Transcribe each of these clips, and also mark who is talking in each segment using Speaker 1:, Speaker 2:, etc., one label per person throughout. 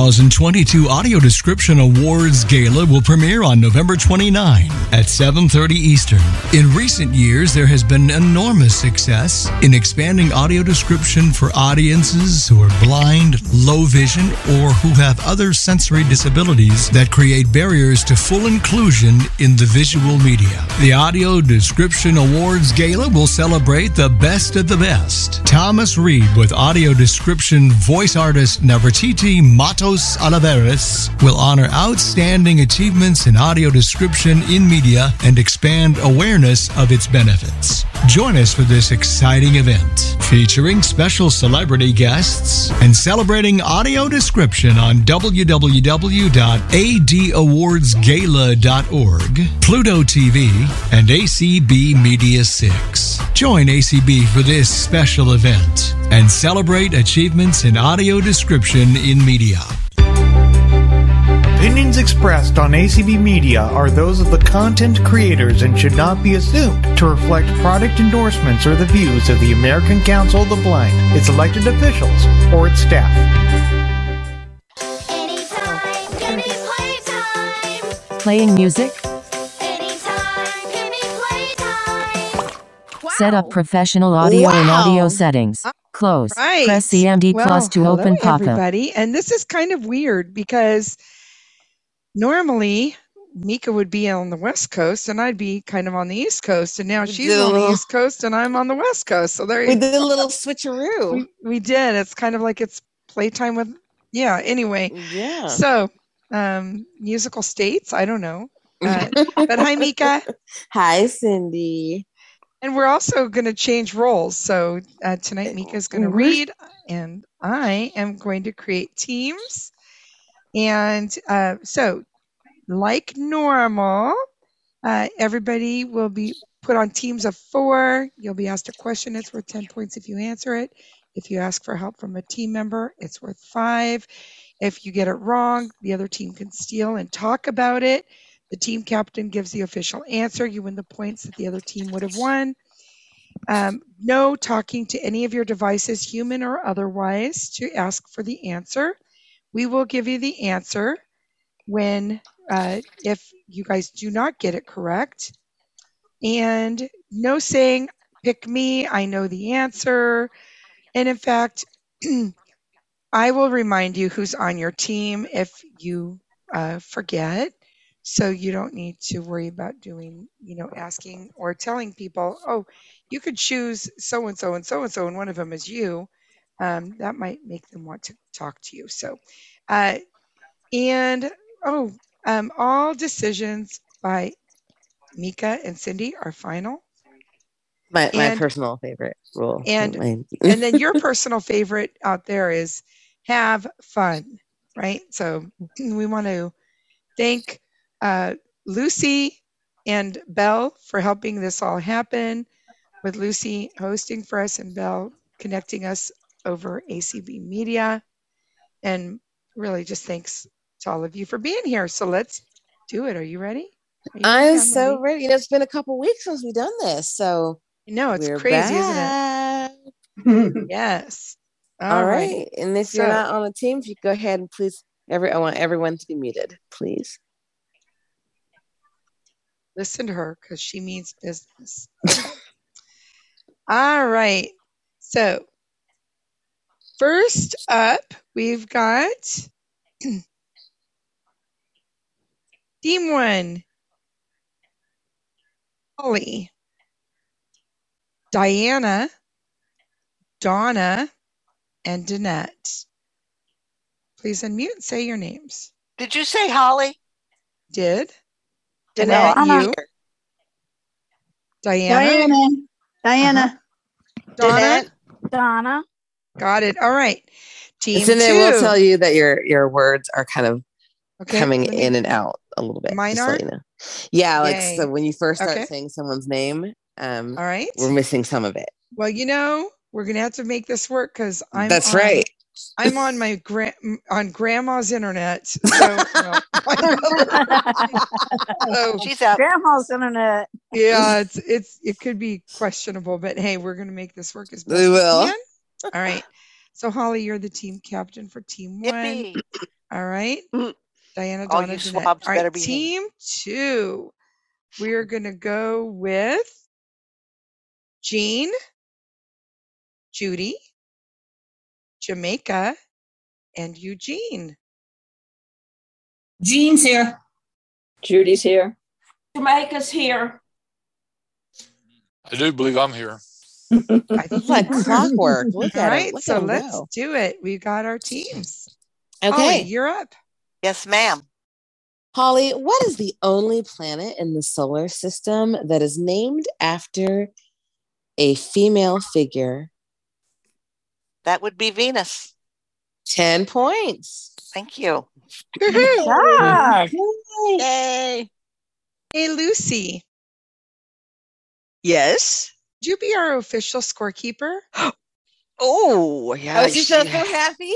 Speaker 1: 2022 Audio Description Awards Gala will premiere on November 29 at 7:30 Eastern. In recent years, there has been enormous success in expanding audio description for audiences who are blind, low vision, or who have other sensory disabilities that create barriers to full inclusion in the visual media. The Audio Description Awards Gala will celebrate the best of the best. Thomas Reed with audio description voice artist Navratiti Matos Alaveras will honor outstanding achievements in audio description in media and expand awareness of its benefits. Join us for this exciting event featuring special celebrity guests and celebrating audio description on www.adawardsgala.org, Pluto TV, and ACB Media 6. Join ACB for this special event and celebrate achievements in audio description in media.
Speaker 2: Opinions expressed on ACB Media are those of the content creators and should not be assumed to reflect product endorsements or the views of the American Council of the Blind, its elected officials, or its staff.
Speaker 3: Anytime can be playtime.
Speaker 4: Playing music?
Speaker 3: Anytime can be playtime.
Speaker 4: Set up professional audio and audio settings. Close.
Speaker 5: Right.
Speaker 4: Press CMD
Speaker 5: Well,
Speaker 4: plus to
Speaker 5: hello,
Speaker 4: open pop up.
Speaker 5: everybody. And this is kind of weird because normally Mika would be on the West Coast and I'd be kind of on the East Coast, and now
Speaker 6: We
Speaker 5: she's
Speaker 6: did a
Speaker 5: on the
Speaker 6: little-
Speaker 5: East Coast and I'm on the West Coast. So there
Speaker 6: We
Speaker 5: you
Speaker 6: did a little
Speaker 5: we,
Speaker 6: switcheroo.
Speaker 5: we did. It's kind of like it's playtime with yeah. Anyway,
Speaker 6: Yeah.
Speaker 5: so um, musical states. I don't know, uh, but hi Mika.
Speaker 6: Hi, Cindy.
Speaker 5: And we're also going to change roles. So uh, tonight, Mika is going to
Speaker 6: Mhm.
Speaker 5: read, and I am going to create teams. And uh, so, like normal, uh, everybody will be put on teams of four. You'll be asked a question. It's worth 10 points if you answer it. If you ask for help from a team member, it's worth five. If you get it wrong, the other team can steal and talk about it. The team captain gives the official answer. You win the points that the other team would have won. Um, no talking to any of your devices, human or otherwise, to ask for the answer. We will give you the answer when, uh, if you guys do not get it correct. And no saying, pick me, I know the answer. And in fact, I will remind you who's on your team if you uh, forget. So you don't need to worry about doing, you know, asking or telling people, oh, you could choose so and so and so and so, and one of them is you. Um, that might make them want to talk to you. So, uh, and oh, um, all decisions by Mika and Cindy are final.
Speaker 6: My, my
Speaker 5: And-
Speaker 6: personal favorite rule.
Speaker 5: and-
Speaker 6: My-
Speaker 5: And then your personal favorite out there is have fun, right? So we want to thank uh, Lucy and Belle for helping this all happen, with Lucy hosting for us and Belle connecting us over ACB Media. And really, just thanks to all of you for being here. So let's do it. Are you ready? Are you
Speaker 6: I'm
Speaker 5: ready,
Speaker 6: so
Speaker 5: Emily?
Speaker 6: ready. You know, it's been a couple weeks since we've done this, so
Speaker 5: I know it's
Speaker 6: we're
Speaker 5: crazy,
Speaker 6: back.
Speaker 5: isn't it? Yes.
Speaker 6: All right. And if you're
Speaker 5: So-
Speaker 6: not on a team, if you go ahead and please, every I want everyone to be muted, please.
Speaker 5: listen to her because she means business. All right. So, first up, we've got Team One Holly, Diana, Donna, and Danette. Please unmute and say your names.
Speaker 7: Did you say Holly?
Speaker 5: Did
Speaker 7: Danette.
Speaker 5: Danette, you? Diana. Uh-huh.
Speaker 8: Diana. Diana.
Speaker 5: Donna.
Speaker 6: Danette.
Speaker 9: Donna.
Speaker 5: Got it. All right. Team
Speaker 6: And then
Speaker 5: two.
Speaker 6: we will tell you that your your words are kind of
Speaker 5: Okay,
Speaker 6: coming
Speaker 5: let me-
Speaker 6: in and out a little bit.
Speaker 5: Mine
Speaker 6: just to let
Speaker 5: are?
Speaker 6: you know. Yeah, like
Speaker 5: Yay.
Speaker 6: so when you first start
Speaker 5: Okay.
Speaker 6: saying someone's name, um,
Speaker 5: All right.
Speaker 6: we're missing some of it.
Speaker 5: Well, you know, we're gonna have to make this work because I'm.
Speaker 6: That's
Speaker 5: on-
Speaker 6: right.
Speaker 5: I'm on my gra- m- on grandma's internet. So, well, my mother- so,
Speaker 7: She's out.
Speaker 9: Grandma's internet.
Speaker 5: Oh, yeah, it's it's it could be questionable, but hey, we're gonna make this work as best
Speaker 6: We will.
Speaker 5: can. All right. So Holly, you're the team captain for team one.
Speaker 7: Yippee.
Speaker 5: All right.
Speaker 7: Mm.
Speaker 5: Diana,
Speaker 7: All
Speaker 5: Donna,
Speaker 7: you
Speaker 5: Jeanette.
Speaker 7: swabs
Speaker 5: All right,
Speaker 7: better behave.
Speaker 5: team two. We are going to go with Jean, Judy, Jamaica, and Eugene.
Speaker 8: Jean's here.
Speaker 6: Judy's here.
Speaker 8: Jamaica's here.
Speaker 9: I do believe I'm here.
Speaker 5: I think-
Speaker 6: Like clockwork. Look
Speaker 5: All
Speaker 6: at
Speaker 5: right,
Speaker 6: it. Look
Speaker 5: so
Speaker 6: at 'em
Speaker 5: let's
Speaker 6: go.
Speaker 5: do it. We got our teams. Holly,
Speaker 6: Okay,
Speaker 5: you're up.
Speaker 7: Yes, ma'am.
Speaker 6: Holly, what is the only planet in the solar system that is named after a female figure?
Speaker 7: That would be Venus.
Speaker 6: 10 points.
Speaker 7: Thank you.
Speaker 10: Mm-hmm.
Speaker 6: Okay.
Speaker 10: Yay.
Speaker 5: Hey, Lucy,
Speaker 10: Yes.
Speaker 5: would you be our official scorekeeper?
Speaker 10: Oh, yeah.
Speaker 6: Oh, she sounds so
Speaker 10: happy.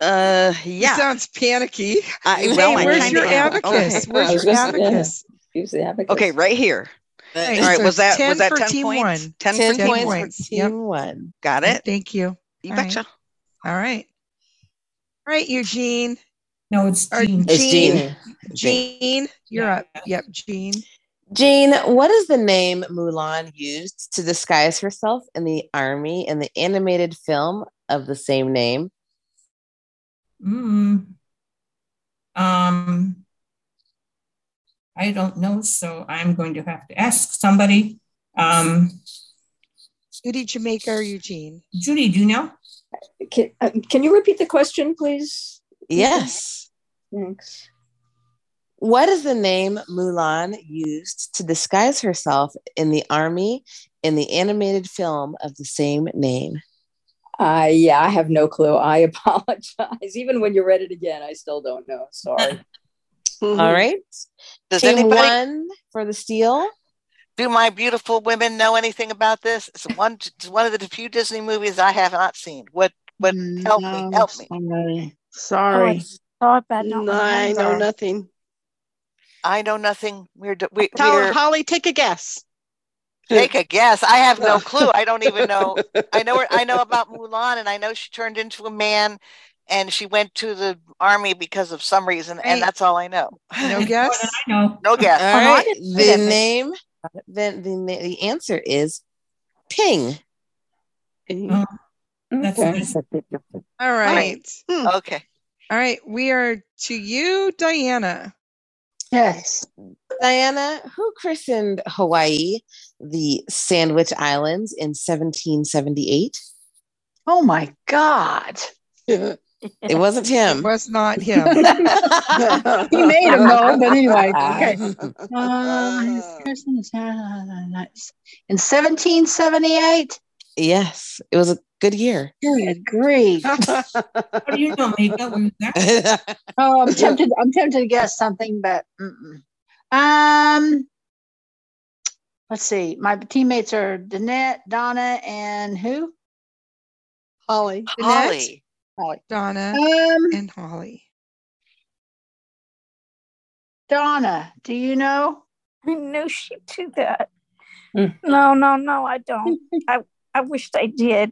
Speaker 10: Uh,
Speaker 5: It
Speaker 10: yeah.
Speaker 5: sounds panicky.
Speaker 10: I,
Speaker 6: Hey,
Speaker 10: well, I
Speaker 5: Where's
Speaker 10: kinda
Speaker 5: your
Speaker 10: am.
Speaker 5: abacus?
Speaker 6: Okay. I
Speaker 5: Where's
Speaker 6: was
Speaker 5: your
Speaker 6: just- yeah.
Speaker 5: abacus?
Speaker 10: Okay, right here.
Speaker 5: Okay,
Speaker 10: All right,
Speaker 5: so
Speaker 10: was that
Speaker 5: 10
Speaker 10: was that
Speaker 5: for
Speaker 10: ten
Speaker 5: team
Speaker 10: points?
Speaker 5: one.
Speaker 10: 10,
Speaker 6: 10
Speaker 10: for team.
Speaker 6: points for
Speaker 5: points. Yep.
Speaker 6: team one.
Speaker 10: Got it.
Speaker 5: Thank you.
Speaker 10: You
Speaker 5: All right.
Speaker 10: betcha.
Speaker 5: All right. All right, Eugene.
Speaker 8: No, it's
Speaker 5: Or
Speaker 8: Jean.
Speaker 6: It's
Speaker 5: Jean.
Speaker 6: Jean.
Speaker 5: Jean, you're up. Yep, Jean.
Speaker 6: Jean, what is the name Mulan used to disguise herself in the army in the animated film of the same name?
Speaker 8: Mm. Um, I don't know, so I'm going to have to ask somebody. Um,
Speaker 5: Judy Jamaica or Eugene?
Speaker 8: Judy, do you know?
Speaker 11: Can, uh, can you repeat the question, please?
Speaker 6: Yes.
Speaker 11: Thanks.
Speaker 6: What is the name Mulan used to disguise herself in the army in the animated film of the same name?
Speaker 11: Uh, yeah, I have no clue. I apologize. Even when you read it again, I still don't know. Sorry.
Speaker 6: All right.
Speaker 7: Does
Speaker 6: Team
Speaker 7: anybody
Speaker 6: one for the steal.
Speaker 7: do my beautiful women know anything about this? It's one it's one of the few Disney movies I have not seen. What what help me, help me.
Speaker 10: me. Mm,
Speaker 7: Oh,
Speaker 12: Oh,
Speaker 10: Sorry.
Speaker 13: Thought that
Speaker 10: no, I know
Speaker 13: remember.
Speaker 10: nothing.
Speaker 7: I know nothing. We're d- we,
Speaker 10: Tell,
Speaker 7: we're
Speaker 10: Holly, take a guess.
Speaker 7: take a guess. I have no clue. I don't even know. I know her, I know about Mulan and I know she turned into a man and she went to the army because of some reason
Speaker 5: Right.
Speaker 7: and that's all I know.
Speaker 5: No guess?
Speaker 8: I know.
Speaker 7: No guess.
Speaker 6: All
Speaker 10: no, I
Speaker 6: right.
Speaker 10: didn't
Speaker 6: The
Speaker 10: that.
Speaker 6: name, then the, na- the answer is Ping.
Speaker 8: Oh, that's
Speaker 11: Okay.
Speaker 8: good.
Speaker 5: All right.
Speaker 7: Okay.
Speaker 5: All right. We are to you, Diana.
Speaker 10: Yes.
Speaker 6: Diana, who christened Hawaii the Sandwich Islands in 1778?
Speaker 10: Oh my God.
Speaker 6: It wasn't
Speaker 5: It
Speaker 6: him.
Speaker 5: was not him.
Speaker 10: he
Speaker 13: made him though, but anyway, okay.
Speaker 10: Uh,
Speaker 5: Uh,
Speaker 13: Um,
Speaker 10: okay.
Speaker 13: Kirsten is-
Speaker 10: uh,
Speaker 13: in 1778.
Speaker 6: Yes, it was a good year.
Speaker 13: Good grief.
Speaker 8: How do you know, Mika? Were you there?
Speaker 13: Oh, I'm tempted. I'm tempted to guess something, but mm-mm. um, let's see. My teammates are Danette, Donna, and who?
Speaker 10: Holly.
Speaker 7: Holly.
Speaker 5: Donna
Speaker 13: Um,
Speaker 5: and Holly.
Speaker 13: Donna. Do you know?
Speaker 11: I knew she'd do that.
Speaker 5: Hmm.
Speaker 13: No, no, no. I don't. I I wished I did.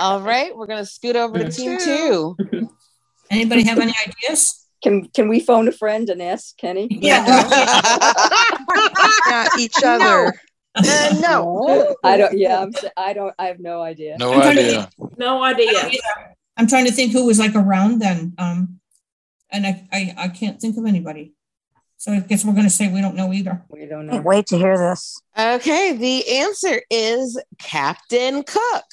Speaker 6: All right, we're going to scoot over to team two.
Speaker 5: Two.
Speaker 8: Anybody have any ideas?
Speaker 11: Can can we phone a friend and ask Kenny?
Speaker 8: Yeah.
Speaker 5: Yeah, each other.
Speaker 13: Uh, no.
Speaker 11: I don't. Yeah, I'm, s- I don't. I have no idea.
Speaker 9: No
Speaker 8: I'm trying to
Speaker 9: idea.
Speaker 8: No idea. I'm trying to think who was like around then. Um, and I, I, I can't think of anybody. So I guess we're going to say we don't know either.
Speaker 11: We don't
Speaker 13: Can't
Speaker 11: know.
Speaker 13: wait to hear this.
Speaker 6: Okay, the answer is Captain Cook.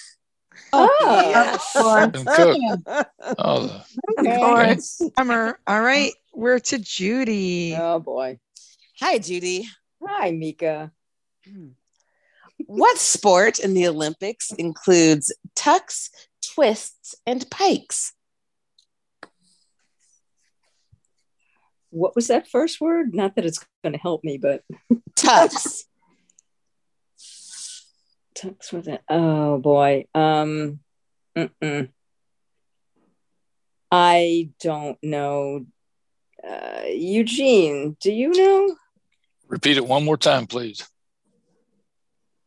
Speaker 11: Oh,
Speaker 7: Yes.
Speaker 9: And cook. Oh, the-
Speaker 13: Okay.
Speaker 9: course.
Speaker 5: Summer. All right. We're to Judy.
Speaker 11: Oh boy.
Speaker 6: Hi, Judy.
Speaker 11: Hi, Mika.
Speaker 6: What sport in the Olympics includes tucks, twists, and pikes?
Speaker 11: What was that first word? Not that it's going to help me, but
Speaker 6: Tucks.
Speaker 11: tucks with it. Oh boy. Um. Mm-mm. I don't know. Uh, Eugene, do you know?
Speaker 9: Repeat it one more time, please.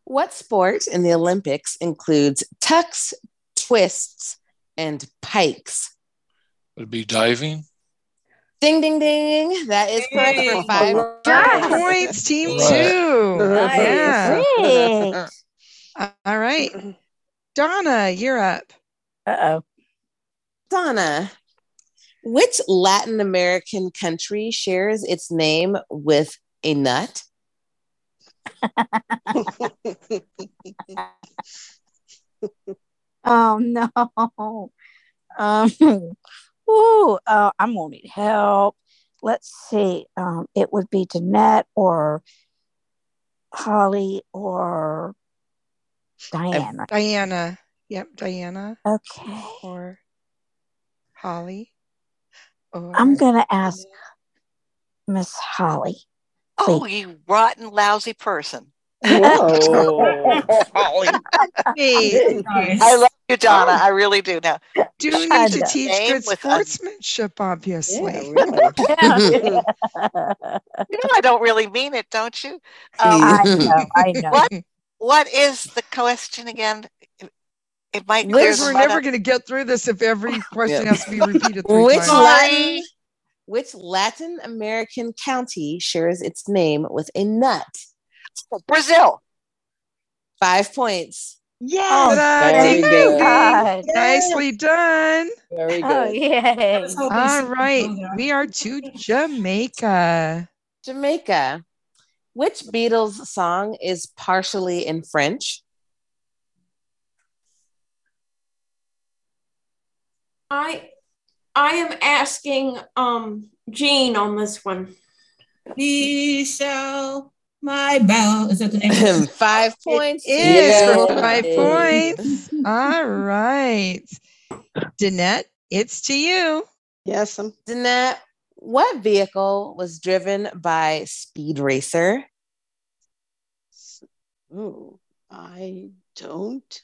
Speaker 6: What sport in the Olympics includes tucks, twists, and pikes.
Speaker 9: Would it be diving?
Speaker 6: Ding, ding, ding. That is correct for five
Speaker 5: Five points, team
Speaker 9: Right.
Speaker 5: two.
Speaker 6: Nice.
Speaker 5: Yeah.
Speaker 6: Great.
Speaker 5: Uh, All right.
Speaker 6: Mm-hmm.
Speaker 5: Donna, you're up.
Speaker 6: Uh oh. Donna, which Latin American country shares its name with a nut?
Speaker 14: Oh no. Um, ooh, uh, I'm gonna need help. Let's see. Um, it would be Danette or Holly or Diana.
Speaker 5: Diana. Yep, Diana.
Speaker 14: Okay.
Speaker 5: Or Holly. Or
Speaker 14: I'm gonna ask Miss Holly.
Speaker 7: Oh, you rotten, lousy person.
Speaker 14: Whoa.
Speaker 7: Holly.
Speaker 5: Hey.
Speaker 7: I love you, Donna. I really do. Now,
Speaker 5: Oh. Do need
Speaker 7: Had
Speaker 5: to
Speaker 7: the
Speaker 5: teach
Speaker 7: name
Speaker 5: good
Speaker 7: with
Speaker 11: Um,
Speaker 7: a-
Speaker 5: sportsmanship, obviously.
Speaker 7: you know I don't really mean it, don't you? Um,
Speaker 14: I know, I know.
Speaker 7: What, what is the question again? It- It might clear
Speaker 5: Liz,
Speaker 7: the
Speaker 5: we're
Speaker 7: mud
Speaker 5: never
Speaker 7: up.
Speaker 5: going to get through this if every question has to be repeated three
Speaker 6: Which
Speaker 5: times.
Speaker 6: Latin, which Latin American county shares its name with a nut?
Speaker 7: Brazil.
Speaker 6: Five points.
Speaker 5: Yes.
Speaker 14: Oh,
Speaker 6: very
Speaker 5: Ding, ding,
Speaker 6: good.
Speaker 5: ding. Nicely done.
Speaker 6: Very
Speaker 14: Oh yeah.
Speaker 5: All right. We are to Jamaica.
Speaker 6: Jamaica. Which Beatles song is partially in French?
Speaker 15: I I am asking um Jean on this one.
Speaker 8: Michelle, my bell. Is that the name?
Speaker 6: Five points.
Speaker 5: It is for
Speaker 8: Yay.
Speaker 5: five points. All right. Danette, it's to you.
Speaker 6: Yes. I'm- Danette, what vehicle was driven by Speed Racer?
Speaker 10: Ooh, I don't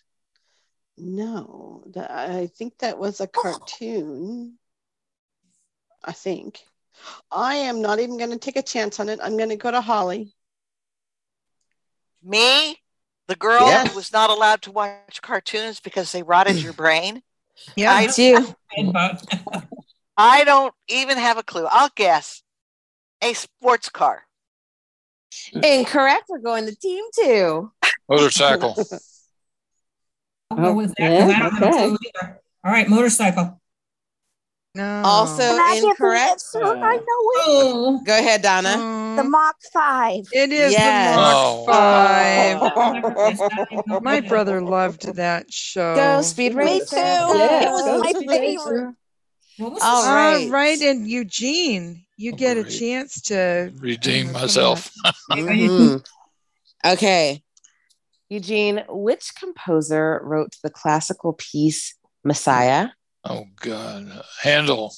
Speaker 10: know. That I think that was a cartoon. I think. I am not even going to take a chance on it. I'm going to go to Holly.
Speaker 7: Me, the girl
Speaker 10: Yes.
Speaker 7: who was not allowed to watch cartoons because they rotted your brain.
Speaker 5: Yeah,
Speaker 7: I,
Speaker 6: do.
Speaker 7: I don't even have a clue. I'll guess a sports car.
Speaker 6: Incorrect. We're going to team two.
Speaker 9: Motorcycle.
Speaker 11: Oh,
Speaker 8: I'll go with that 'cause I
Speaker 6: Yeah,
Speaker 8: don't have a
Speaker 6: okay.
Speaker 8: clue either. All right, motorcycle.
Speaker 5: No.
Speaker 6: Also
Speaker 14: Can I give you
Speaker 6: incorrect.
Speaker 14: this one? I know it.
Speaker 8: Oh.
Speaker 6: Go ahead, Donna.
Speaker 14: The Mach 5.
Speaker 5: Mm. It is
Speaker 6: Yes.
Speaker 5: the Mach
Speaker 6: Oh.
Speaker 5: 5. My brother loved that show.
Speaker 6: Go Speed
Speaker 14: Me
Speaker 6: Racer.
Speaker 14: too. it was my favorite.
Speaker 6: All right.
Speaker 5: All right. And Eugene, you get a chance to
Speaker 9: Redeem myself.
Speaker 6: Mhm. Okay. Eugene, which composer wrote the classical piece Messiah?
Speaker 9: Oh God. Handle.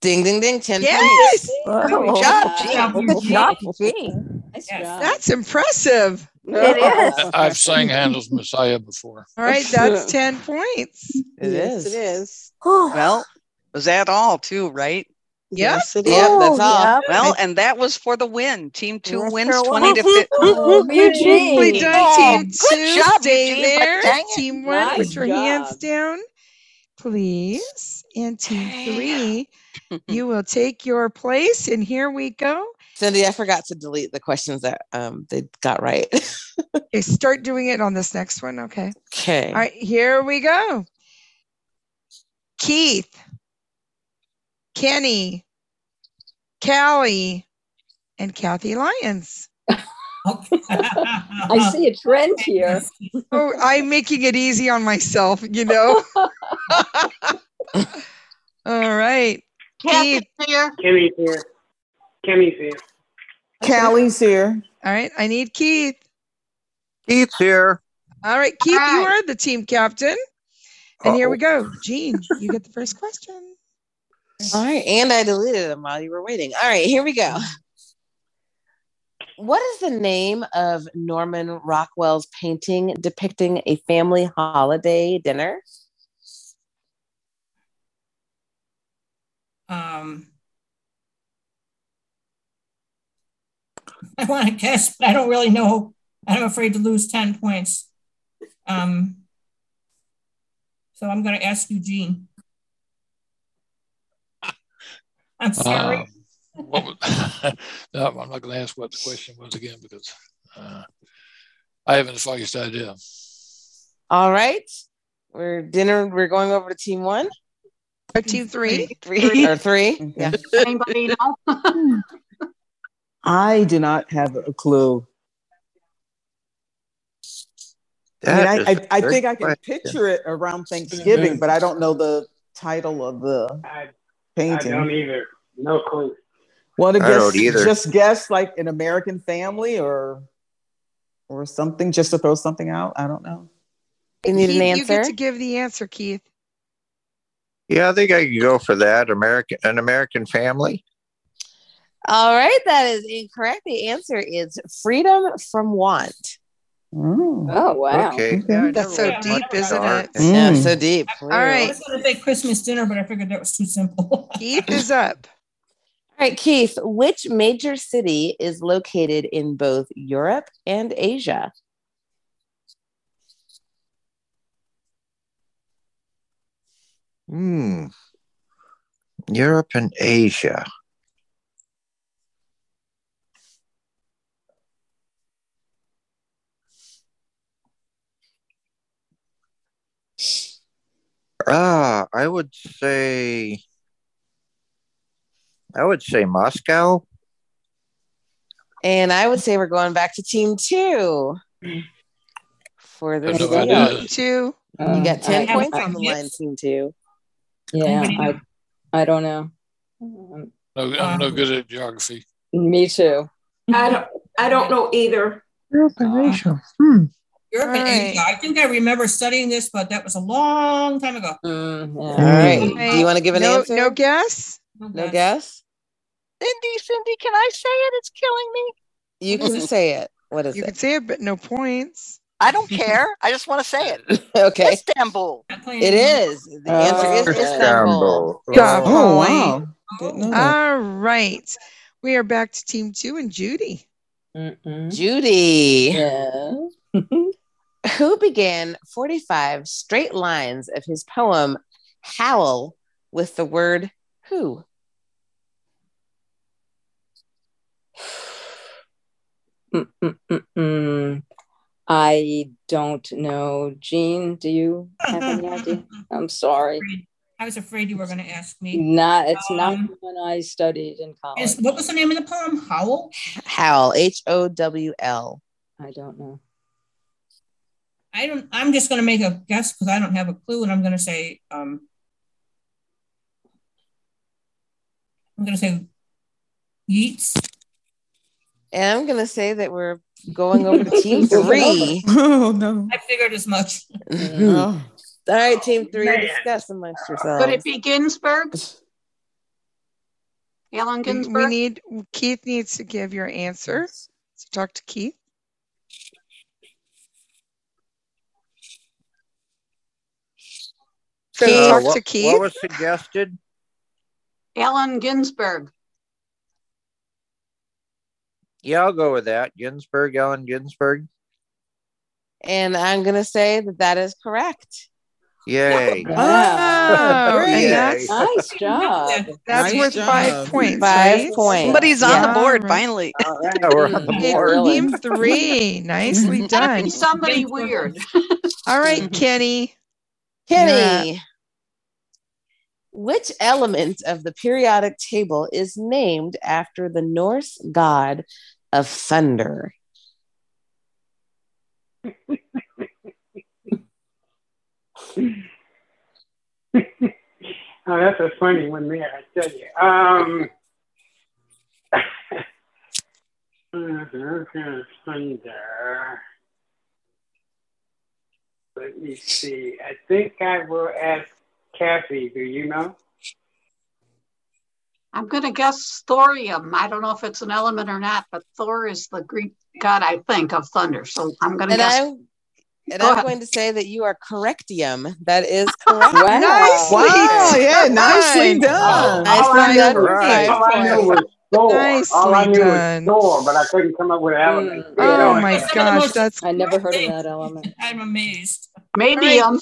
Speaker 6: Ding ding ding. Ten
Speaker 5: Yes!
Speaker 6: points.
Speaker 5: Good job, Gene.
Speaker 14: Good job, Gene.
Speaker 5: That's impressive.
Speaker 14: It is.
Speaker 9: I've sang Handel's Messiah before.
Speaker 5: All right, that's 10 points.
Speaker 16: It
Speaker 6: Yes,
Speaker 16: is.
Speaker 6: it
Speaker 16: is.
Speaker 6: Well,
Speaker 16: was that all too, right?
Speaker 5: Yep.
Speaker 16: Yes, it is.
Speaker 6: Yep, that's all. Yep.
Speaker 16: Well, and that was for the win. Team two
Speaker 14: Yes,
Speaker 16: wins
Speaker 14: sure
Speaker 16: twenty to
Speaker 14: was.
Speaker 3: Oh,
Speaker 16: fifteen.
Speaker 5: Beautifully done,
Speaker 7: Oh,
Speaker 5: team
Speaker 7: good
Speaker 5: two.
Speaker 7: job,
Speaker 5: Stay
Speaker 7: Eugene, but
Speaker 5: there.
Speaker 7: dang it.
Speaker 5: Team one,
Speaker 7: Nice
Speaker 5: put your hands down, please. And team three, you will take your place. And here we go.
Speaker 6: Cindy, I forgot to delete the questions that um, they got right.
Speaker 5: Okay, eh, start doing it on this next one. Okay.
Speaker 6: okay.
Speaker 5: All right, here we go. Keith, Kenny, Callie, and Kathy Lyons.
Speaker 11: I see a trend here.
Speaker 5: Oh, I'm making it easy on myself, you know? All right. Keith.
Speaker 17: Kimmy's here. Kimmy's here.
Speaker 18: Callie's here.
Speaker 5: All right, I need Keith.
Speaker 18: Keith's here.
Speaker 5: All right, Keith, you are the team captain. And here we go. Gene, you get the first question.
Speaker 6: All right, and I deleted them while you were waiting. All right, here we go.
Speaker 5: Mm.
Speaker 6: What is the name of Norman Rockwell's painting depicting a family holiday dinner?
Speaker 8: Um, I want to guess, but I don't really know. I'm afraid to lose 10 points. Um, So I'm going to ask you, Gene. I'm sorry.
Speaker 9: Um, what was, no, I'm not going to ask what the question was again because uh, I haven't the foggiest idea.
Speaker 6: All right. We're dinner. We're going over to team one.
Speaker 5: Or team three.
Speaker 6: Three. Or three. Mm-hmm. Yeah.
Speaker 13: Anybody know?
Speaker 18: I do not have a clue. I, mean,
Speaker 19: That
Speaker 18: I,
Speaker 19: is
Speaker 18: I, I
Speaker 19: a
Speaker 18: think
Speaker 19: good
Speaker 18: I can
Speaker 19: question.
Speaker 18: picture it around Thanksgiving, but I don't know the title of the painting.
Speaker 17: I don't either. No clue.
Speaker 18: Want to
Speaker 19: I don't
Speaker 18: guess?
Speaker 19: either.
Speaker 18: Just guess, like an American family, or or something, just to throw something out. I don't know.
Speaker 6: You
Speaker 5: Keith, You get to give the answer, Keith.
Speaker 19: Yeah, I think I could go for that. American, an American family.
Speaker 6: All right. That is incorrect. The answer is freedom from want.
Speaker 11: Oh, wow.
Speaker 19: Okay.
Speaker 5: That's so deep, isn't it?
Speaker 6: Yeah, so deep.
Speaker 5: All
Speaker 8: I
Speaker 5: right,
Speaker 8: was going to say Christmas dinner, but I figured that was too simple.
Speaker 5: Keith is up.
Speaker 6: All right, Keith, which major city is located in both Europe and Asia?
Speaker 19: Hmm. Europe and Asia. Ah, I would say, I would say Moscow.
Speaker 6: And I would say we're going back to team two for this.
Speaker 19: no
Speaker 6: deal.
Speaker 19: idea. Team
Speaker 5: two.
Speaker 6: You got 10
Speaker 11: I- I-
Speaker 6: points
Speaker 11: I-
Speaker 6: on the line, team two.
Speaker 11: Yeah,
Speaker 6: Anybody
Speaker 11: I, I don't know.
Speaker 9: No, I'm no good at geography.
Speaker 11: Me too.
Speaker 15: I don't, I don't know either.
Speaker 8: Europe and Asia. I think I remember studying this, but that was a long time ago.
Speaker 6: All right. Do you want to give an
Speaker 5: no,
Speaker 6: answer?
Speaker 5: No guess.
Speaker 6: No guess?
Speaker 7: Cindy, Cindy, can I say it? It's killing me.
Speaker 6: You can say it. What is
Speaker 5: You
Speaker 6: it?
Speaker 5: can say it, but no points.
Speaker 7: I don't care. I just want to say it.
Speaker 6: Okay.
Speaker 7: Istanbul.
Speaker 6: It is. The answer is Istanbul.
Speaker 19: Istanbul.
Speaker 5: Got a
Speaker 19: Oh,
Speaker 5: point.
Speaker 19: wow.
Speaker 6: Oh.
Speaker 5: All right. We are back to team two and Judy.
Speaker 6: Judy. Uh, Who began 45 straight lines of his poem Howl with the word who?
Speaker 11: Mm-mm-mm-mm. I don't know. Jean, do you have any idea? I'm sorry.
Speaker 8: I was afraid you were going to ask me.
Speaker 11: Not, it's not
Speaker 8: Um,
Speaker 11: one I studied in college.
Speaker 8: is- what was the name of the poem? Howl?
Speaker 6: Howl, H O W L.
Speaker 11: I don't know.
Speaker 8: I don't. I'm just going to make a guess because I don't have a clue, and I'm going to say. Um, I'm going to say Yeats.
Speaker 6: And I'm going to say that we're going over to team three. Oh.
Speaker 18: Oh no!
Speaker 8: I figured as much.
Speaker 11: Mm.
Speaker 6: All right, team three,
Speaker 13: man.
Speaker 6: discuss amongst yourselves.
Speaker 13: Could it be Ginsburg? Allen
Speaker 5: We- We
Speaker 13: Ginsburg?
Speaker 5: need Keith needs to give your answer. So talk to Keith.
Speaker 19: So,
Speaker 5: Keith.
Speaker 19: uh,
Speaker 5: Talk
Speaker 19: what,
Speaker 5: to Keith.
Speaker 19: what was suggested?
Speaker 13: Allen Ginsberg.
Speaker 19: Yeah, I'll go with that. Ginsburg, Ellen Ginsburg.
Speaker 6: And I'm going to say that that is correct.
Speaker 19: Yay.
Speaker 5: Wow.
Speaker 19: Great.
Speaker 5: And that's,
Speaker 11: Nice job.
Speaker 5: that's
Speaker 11: Nice
Speaker 5: worth five
Speaker 6: Um,
Speaker 11: job.
Speaker 5: points.
Speaker 6: Five
Speaker 5: right?
Speaker 6: points.
Speaker 16: Somebody's on the
Speaker 5: Yeah.
Speaker 16: board finally.
Speaker 19: Yeah, we're on the
Speaker 5: Hey,
Speaker 19: board.
Speaker 5: Team three. Nicely done.
Speaker 13: Somebody weird.
Speaker 5: All right, Kenny.
Speaker 6: Mm-hmm. Kenny, which element of the periodic table is named after the Norse god of thunder?
Speaker 17: Oh, that's a funny one there, I tell you. Um, uh, thunder. Let me see. I think I will ask Kathy. Do you know?
Speaker 13: I'm going to guess thorium. I don't know if it's an element or not, but Thor is the Greek god, I think, of thunder. So I'm going to
Speaker 6: And
Speaker 13: guess.
Speaker 6: I'm and
Speaker 13: Go
Speaker 6: I'm
Speaker 13: ahead.
Speaker 6: going to say that you are correctium. That is correct.
Speaker 11: Wow.
Speaker 5: Nicely
Speaker 18: Wow, yeah, nicely done.
Speaker 6: Nice
Speaker 17: all I knew
Speaker 6: done.
Speaker 17: was,
Speaker 6: Five
Speaker 17: all I knew
Speaker 6: points.
Speaker 17: was Thor. all I
Speaker 5: Nicely
Speaker 17: knew
Speaker 5: done.
Speaker 17: was Thor, but I couldn't come up with an element.
Speaker 5: Oh
Speaker 17: Good
Speaker 5: my
Speaker 8: Some of the
Speaker 5: gosh,
Speaker 8: most-
Speaker 5: that's
Speaker 11: I never heard of that element.
Speaker 8: I'm amazed.
Speaker 5: All right.
Speaker 13: Maybe um,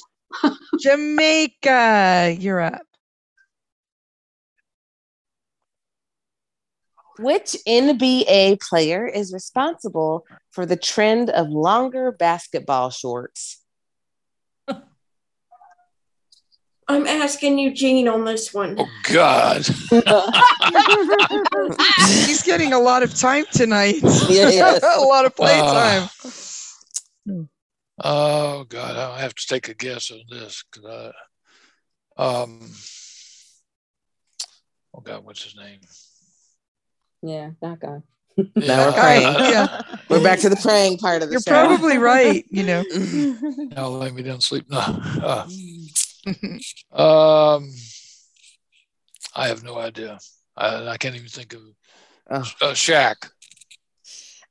Speaker 5: Jamaica, you're up.
Speaker 6: Which NBA player is responsible for the trend of longer basketball shorts?
Speaker 15: I'm asking Eugene on this one.
Speaker 9: God.
Speaker 5: He's getting a lot of time tonight.
Speaker 9: yes.
Speaker 5: a lot of playtime.
Speaker 18: Uh.
Speaker 9: Ah. Oh God, I have to take a guess on this. 'cause I, um, oh God, what's his name?
Speaker 11: Yeah, that guy.
Speaker 6: Now we're
Speaker 9: Yeah.
Speaker 6: praying.
Speaker 9: Yeah.
Speaker 6: We're back to the praying part of the
Speaker 5: You're
Speaker 6: show.
Speaker 5: probably right, you know.
Speaker 9: Now lay me down to sleep. No. Uh, um, I have no idea. I, I can't even think of uh, Shaq.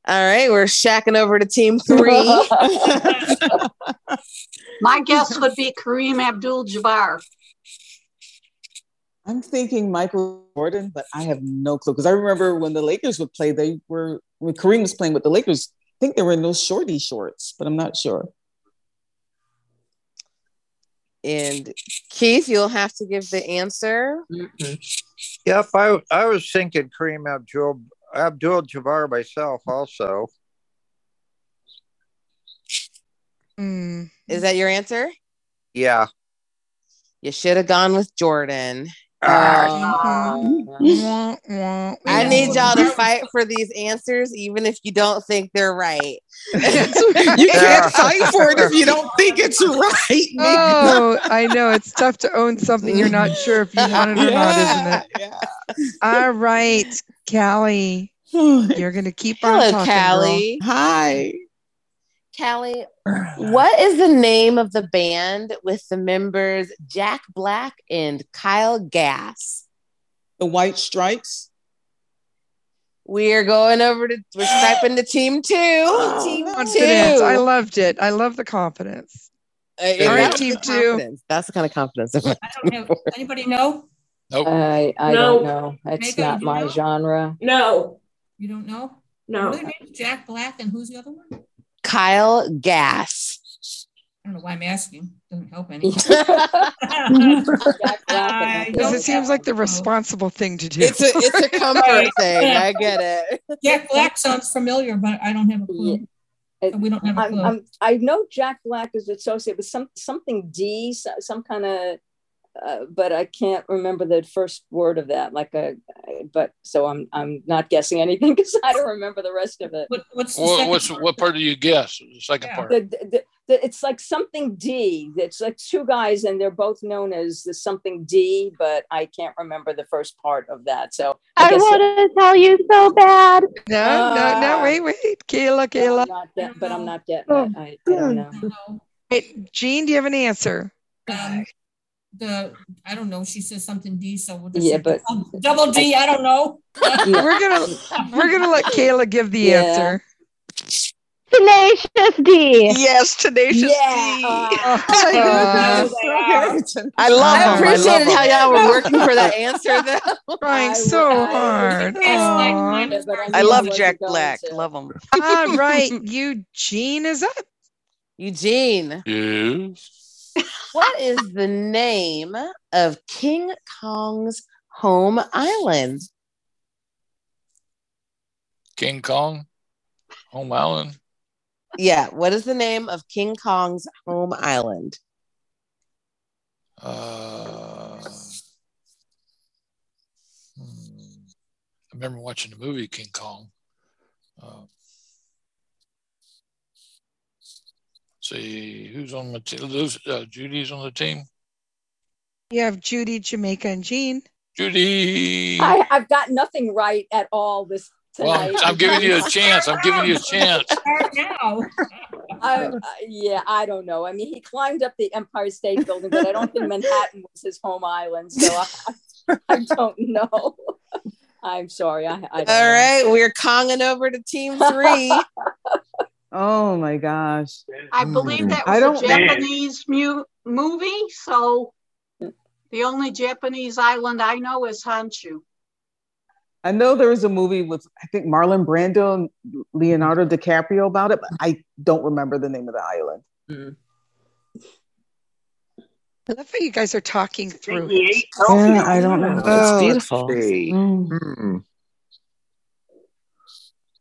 Speaker 6: All right, we're shacking over to team three.
Speaker 13: My guess would be Kareem Abdul-Jabbar.
Speaker 18: I'm thinking Michael Jordan, but I have no clue because I remember when the Lakers would play, they were when Kareem was playing with the Lakers. I think they were in those shorty shorts, but I'm not sure.
Speaker 6: and Keith, you'll have to give the answer.
Speaker 5: Mm-hmm.
Speaker 19: Yep, I I was thinking Kareem Abdul Abdul Jabbar myself also.
Speaker 13: Mm-hmm.
Speaker 6: Is that your answer?
Speaker 19: Yeah.
Speaker 6: You should have gone with Jordan. Um, I need y'all to fight for these answers, even if you don't think they're right.
Speaker 18: you
Speaker 6: can't
Speaker 18: fight for it if you don't think it's right.
Speaker 5: Oh, I know. It's tough to own something you're not sure if you want it or not, isn't it? All right, Callie. You're going to keep on
Speaker 6: Hello,
Speaker 5: talking,
Speaker 6: Callie.
Speaker 5: girl.
Speaker 18: Hi.
Speaker 6: Callie, what is the name of the band with the members Jack Black and Kyle Gass?
Speaker 18: The White Stripes.
Speaker 6: We are going over to we're sniping to team two.
Speaker 18: Oh,
Speaker 6: team
Speaker 5: Confidence.
Speaker 6: two.
Speaker 5: I loved it. I love the confidence.
Speaker 6: Uh, and
Speaker 5: All right,
Speaker 6: that's
Speaker 5: team
Speaker 6: the
Speaker 5: two.
Speaker 6: confidence. That's the kind of confidence. I'm looking for.
Speaker 8: Anybody know?
Speaker 11: I, I
Speaker 8: No.
Speaker 11: don't know. It's
Speaker 8: Maybe I
Speaker 11: not
Speaker 8: do
Speaker 11: my
Speaker 8: know.
Speaker 11: genre.
Speaker 15: No.
Speaker 8: You don't know?
Speaker 15: No.
Speaker 8: What are their names? Jack Black and who's the other one? I
Speaker 6: Kyle Gass.
Speaker 8: don't know why I'm asking. Doesn't help any.
Speaker 5: Because it seems like the responsible thing to do.
Speaker 6: It's a it's a comfort thing. I get it.
Speaker 8: Jack Black sounds familiar, but I don't have a clue. So we don't have a
Speaker 11: I'm,
Speaker 8: clue.
Speaker 11: I'm, I know Jack Black is associated with some something D, so- some kind of, uh, but I can't remember the first word of that. Like a, but so I'm I'm not guessing anything because I don't remember the rest of it.
Speaker 8: what's
Speaker 9: What, what's what part do you guess? The second part.
Speaker 11: The, the, the, it's like something D. It's like two guys, and they're both known as the something D, but I can't remember the first part of that. So I,
Speaker 14: I
Speaker 11: guess
Speaker 14: want to tell you so bad.
Speaker 5: No, no, no. Wait, wait. Kayla, Kayla. Oh,
Speaker 11: not that, but I'm not getting it. I, I don't know.
Speaker 5: Wait, Jean, do you have an answer?
Speaker 8: Um, the I don't know. She says something D, so we'll just
Speaker 5: Yeah,
Speaker 8: say
Speaker 5: but-
Speaker 8: double- double D. I don't know.
Speaker 5: We're gonna we're gonna let Kayla give the
Speaker 8: Yeah.
Speaker 5: answer.
Speaker 14: Tenacious D.
Speaker 16: Yes, tenacious D.
Speaker 6: I
Speaker 5: love
Speaker 6: I
Speaker 5: them. I love
Speaker 6: appreciated how y'all were working for that answer though.
Speaker 5: Trying so hard. Aw.
Speaker 16: I love Jack Black. Love him.
Speaker 5: All right, Eugene is up.
Speaker 6: Eugene,
Speaker 9: Yes.
Speaker 6: what is the name of King Kong's home island?
Speaker 9: King Kong, Home Island.
Speaker 6: Yeah, what is the name of King Kong's home island?
Speaker 9: Uh, hmm. I remember watching the movie King Kong. Uh, see who's on the team. Those uh, Judy's on the team.
Speaker 5: You have Judy, Jamaica, and Jean.
Speaker 9: Judy.
Speaker 11: I, I've got nothing right at all this
Speaker 9: Well, I'm,
Speaker 11: tonight.
Speaker 9: I'm giving you a chance. I'm giving you a chance.
Speaker 8: Start now.
Speaker 11: I, I- yeah, I don't know. I mean, he climbed up the Empire State Building, but I don't think Manhattan was his home island, so I, I don't know. I'm sorry. I, I don't
Speaker 6: All
Speaker 11: know.
Speaker 6: right, we're conging over to team three.
Speaker 18: Oh my gosh.
Speaker 13: I believe that
Speaker 18: I
Speaker 13: was
Speaker 18: don't
Speaker 13: a Japanese mu- movie, so the only Japanese island I know is Honshu.
Speaker 18: I know there was a movie with I think Marlon Brando and Leonardo DiCaprio about it, but I don't remember the name of the island.
Speaker 5: I love how you guys are talking through. it.
Speaker 18: Yeah, I don't know.
Speaker 19: Oh,
Speaker 18: it's
Speaker 19: let's
Speaker 18: beautiful.
Speaker 19: see.
Speaker 18: Mm.
Speaker 19: Hmm.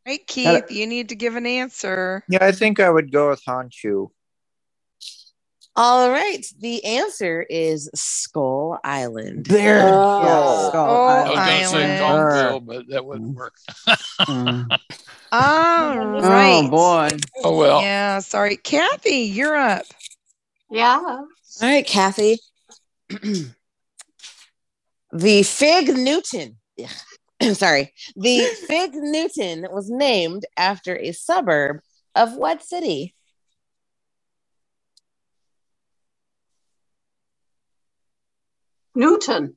Speaker 5: Right,
Speaker 19: Got
Speaker 5: Keith, you need to give an answer.
Speaker 19: Yeah, I think I would go with Honshu.
Speaker 6: All right. The answer is Skull Island.
Speaker 18: There.
Speaker 11: Oh.
Speaker 6: Yes.
Speaker 18: Skull
Speaker 9: I was going to Oh, say Gongville, but that wouldn't work.
Speaker 5: All
Speaker 9: Oh,
Speaker 5: right.
Speaker 18: boy.
Speaker 9: Oh, well.
Speaker 5: Yeah, sorry. Kathy, you're up.
Speaker 6: Yeah. All right, Kathy. the Fig Newton. Ugh. Sorry. The Fig Newton was named after a suburb of what city?
Speaker 11: Newton.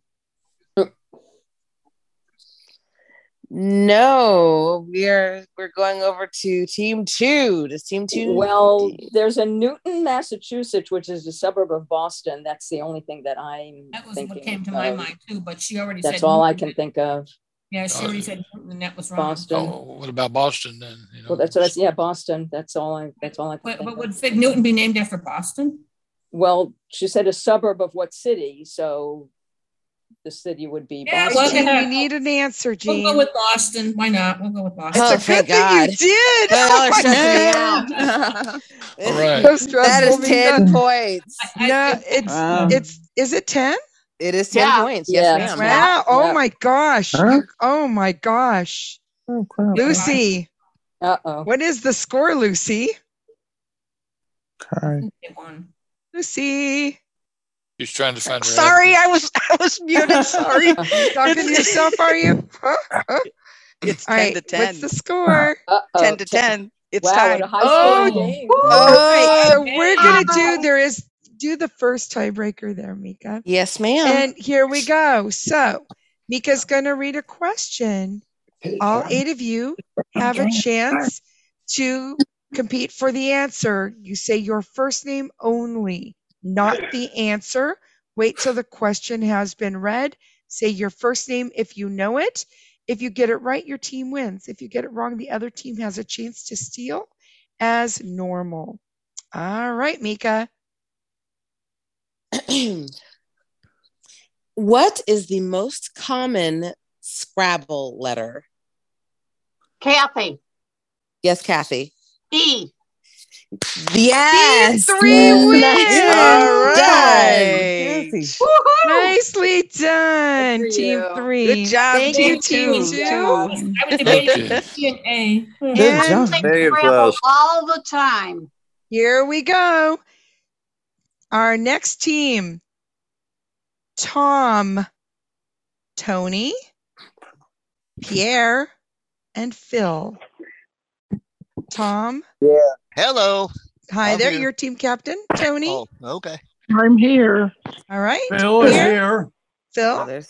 Speaker 6: No, we're we're going over to team two. Does team two?
Speaker 11: Well, there's a Newton, Massachusetts, which is a suburb of Boston. That's the only thing that I'm
Speaker 8: That was
Speaker 11: thinking.
Speaker 8: what came to my
Speaker 11: of.
Speaker 8: mind too, but she already
Speaker 11: Uh, That's
Speaker 8: said
Speaker 11: all I
Speaker 8: Newton.
Speaker 11: can think of.
Speaker 8: Yeah, she already said Newton, and that was wrong.
Speaker 11: Boston.
Speaker 9: Oh, What about Boston then?
Speaker 11: Well, that's what I, yeah, Boston. That's all I. That's all I. Can
Speaker 8: But,
Speaker 11: think
Speaker 8: but
Speaker 11: of.
Speaker 8: would Fig Newton be named after Boston?
Speaker 11: Well, she said a suburb of what city? So the city would be
Speaker 8: Yeah,
Speaker 11: Boston.
Speaker 8: well,
Speaker 5: Gene,
Speaker 8: yeah.
Speaker 5: we need an answer, Gene.
Speaker 8: We'll go with Boston. Why not? We'll go with Boston.
Speaker 18: Oh,
Speaker 5: It's a good thing you did. Oh my God.
Speaker 9: All right.
Speaker 5: So stressful.
Speaker 16: That is
Speaker 5: being
Speaker 16: 10
Speaker 5: done.
Speaker 16: points.
Speaker 5: No, it's
Speaker 16: Wow.
Speaker 5: it's is it ten?
Speaker 16: It is 10 Yeah. points. Yes,
Speaker 11: Yeah. ma'am.
Speaker 5: Wow. Oh
Speaker 11: Yeah.
Speaker 5: my gosh.
Speaker 11: Huh?
Speaker 5: You- oh my gosh.
Speaker 9: Oh,
Speaker 5: Lucy.
Speaker 11: Uh oh.
Speaker 5: What is the score, Lucy?
Speaker 19: Okay.
Speaker 5: Lucy.
Speaker 9: She's trying to find her.
Speaker 5: Sorry,
Speaker 9: I
Speaker 16: was I was muted. Sorry.
Speaker 5: Talking to yourself, are you?
Speaker 16: It's 10
Speaker 5: All
Speaker 16: to
Speaker 5: right, What's
Speaker 16: 10.
Speaker 5: the score?
Speaker 11: Uh-oh.
Speaker 16: 10 to 10. It's
Speaker 11: Wow,
Speaker 16: tied.
Speaker 11: what a high
Speaker 5: Oh,
Speaker 11: scoring game.
Speaker 5: woo.
Speaker 16: Oh,
Speaker 5: All right, so we're gonna
Speaker 16: wow.
Speaker 5: do there is do the first tiebreaker there, Mika.
Speaker 6: Yes, ma'am.
Speaker 5: And here we go. So Mika's gonna read a question. All eight of you have a chance to compete for the answer. You say your first name only, not the answer. Wait till the question has been read. Say your first name if you know it. If you get it right, your team wins. If you get it wrong, the other team has a chance to steal as normal. All right, Mika.
Speaker 6: what is the most common Scrabble letter?
Speaker 12: Kathy,
Speaker 6: Yes, Kathy.
Speaker 12: E.
Speaker 6: Yes.
Speaker 5: Three wins.
Speaker 6: Done.
Speaker 5: Nicely done, Team Three.
Speaker 16: Good job,
Speaker 5: Thank
Speaker 16: Team
Speaker 5: you, Team
Speaker 16: Two.
Speaker 5: Two.
Speaker 8: I was
Speaker 16: debating Thank
Speaker 8: between A and
Speaker 5: Good
Speaker 8: A.
Speaker 5: job.
Speaker 19: Very
Speaker 12: Scrabble
Speaker 19: close.
Speaker 12: all the time.
Speaker 5: Here we go. Our next team Tom, Tony, Pierre, and Phil. Tom.
Speaker 19: Yeah.
Speaker 20: Hello.
Speaker 5: Hi
Speaker 20: I'm
Speaker 5: there,
Speaker 20: here.
Speaker 5: your team captain, Tony.
Speaker 20: Oh, okay.
Speaker 21: I'm here.
Speaker 5: All right.
Speaker 21: Phil is
Speaker 5: Pierre?
Speaker 21: here.
Speaker 5: Phil.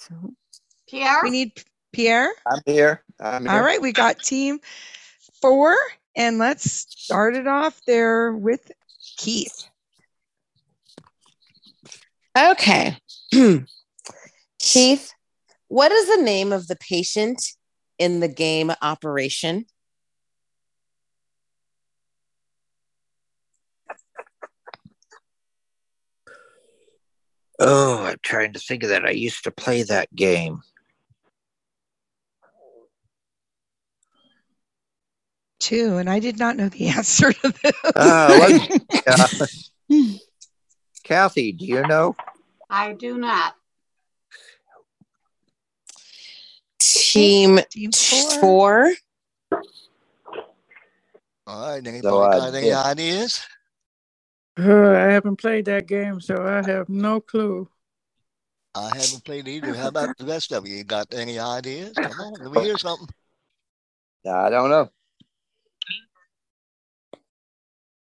Speaker 12: Pierre.
Speaker 5: We need Pierre.
Speaker 19: I'm here. I'm here.
Speaker 5: All right, we got team four, and let's start it off there with Keith.
Speaker 6: Okay. Chief, what is the name of the patient in the game operation?
Speaker 19: Oh, I'm trying to think of that. I used to play that game.
Speaker 5: Two, and I did not know the answer to this.
Speaker 19: Uh, what- yeah. Kathy, do you know?
Speaker 12: I do not.
Speaker 6: Team,
Speaker 5: four.
Speaker 6: four.
Speaker 20: All right. Anybody
Speaker 19: So, uh,
Speaker 20: got any
Speaker 19: yeah.
Speaker 20: ideas?
Speaker 21: Uh, I haven't played that game, so I have no clue.
Speaker 20: I haven't played either. How about the rest of you? You got any ideas? Come on, let me hear something.
Speaker 19: I don't know.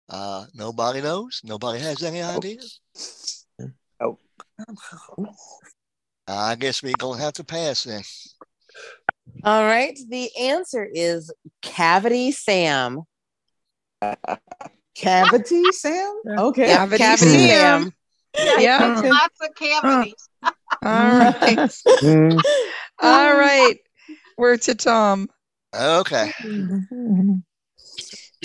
Speaker 20: Uh, nobody knows. Nobody has any ideas.
Speaker 19: Oh.
Speaker 20: I guess we're gonna have to pass then.
Speaker 6: All right. The answer is Cavity Sam.
Speaker 18: Cavity Sam? Okay.
Speaker 6: Yep, Cavity, Sam.
Speaker 5: Yeah.
Speaker 21: Uh-huh.
Speaker 12: Lots of cavities.
Speaker 5: All right. All right. We're to Tom.
Speaker 6: Um,
Speaker 20: Okay.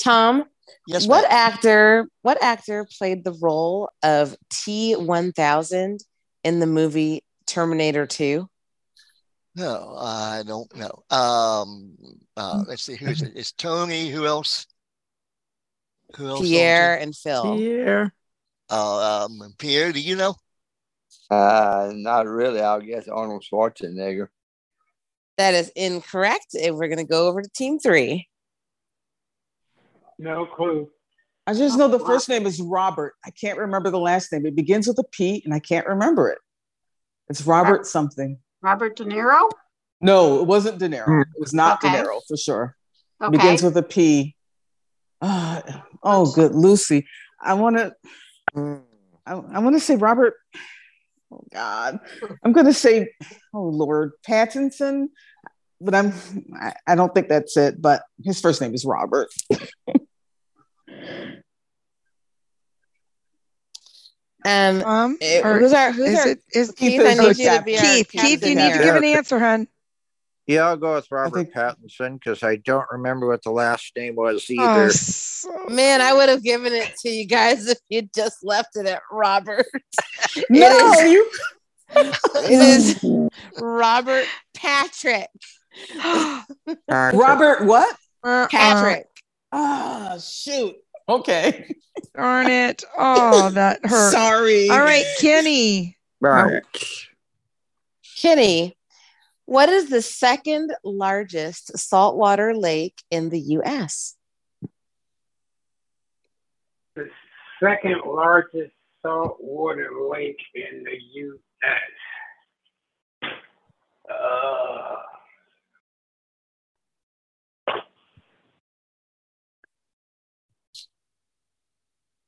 Speaker 6: Tom,
Speaker 20: Yes,
Speaker 6: What actor? What actor played the role of T one thousand in the movie Terminator Two?
Speaker 20: No, I don't know. Um, uh, let's see, who's it? It's Tony. Who else? Who else?
Speaker 6: Pierre and Phil.
Speaker 20: Pierre. Uh, um, Pierre, do you know?
Speaker 1: Uh, not really. I'll guess Arnold Schwarzenegger.
Speaker 6: That is incorrect. And we're going to go over to Team Three.
Speaker 17: No clue.
Speaker 18: I just know the first name is Robert. I can't remember the last name. It begins with a P and I can't remember it. It's Robert something.
Speaker 12: Robert De Niro?
Speaker 18: No, it wasn't De Niro. It was not
Speaker 12: Okay.
Speaker 18: De Niro for sure. It
Speaker 12: Okay.
Speaker 18: Begins with a P. Ah, oh, good Lucy. I want to. I, I want to say Robert. Oh God, I'm going to say, oh Lord, Pattinson. But I'm. I, I don't think that's it. But his first name is Robert.
Speaker 6: Um,
Speaker 18: it-
Speaker 5: or
Speaker 6: who's our- who's
Speaker 5: is
Speaker 6: our-
Speaker 5: it, is
Speaker 6: Keith, I need you to be our
Speaker 5: Keith, Keith, you need to give an
Speaker 19: captain.
Speaker 5: answer, hon.
Speaker 19: Yeah, I'll go with Robert Pattinson because I don't remember what the last name was
Speaker 6: Oh,
Speaker 19: either.
Speaker 6: Man, I would have given it to you guys if you just left it at Robert.
Speaker 18: No,
Speaker 6: you. It is Robert Patrick.
Speaker 18: Robert what?
Speaker 6: Patrick.
Speaker 18: Ah, shoot. Okay.
Speaker 5: Darn it. Oh, that hurt.
Speaker 18: Sorry.
Speaker 5: All right, Kenny.
Speaker 19: Right.
Speaker 6: Kenny, what is the second largest saltwater lake in the U.S.?
Speaker 17: The second largest saltwater lake in the U.S. Uh,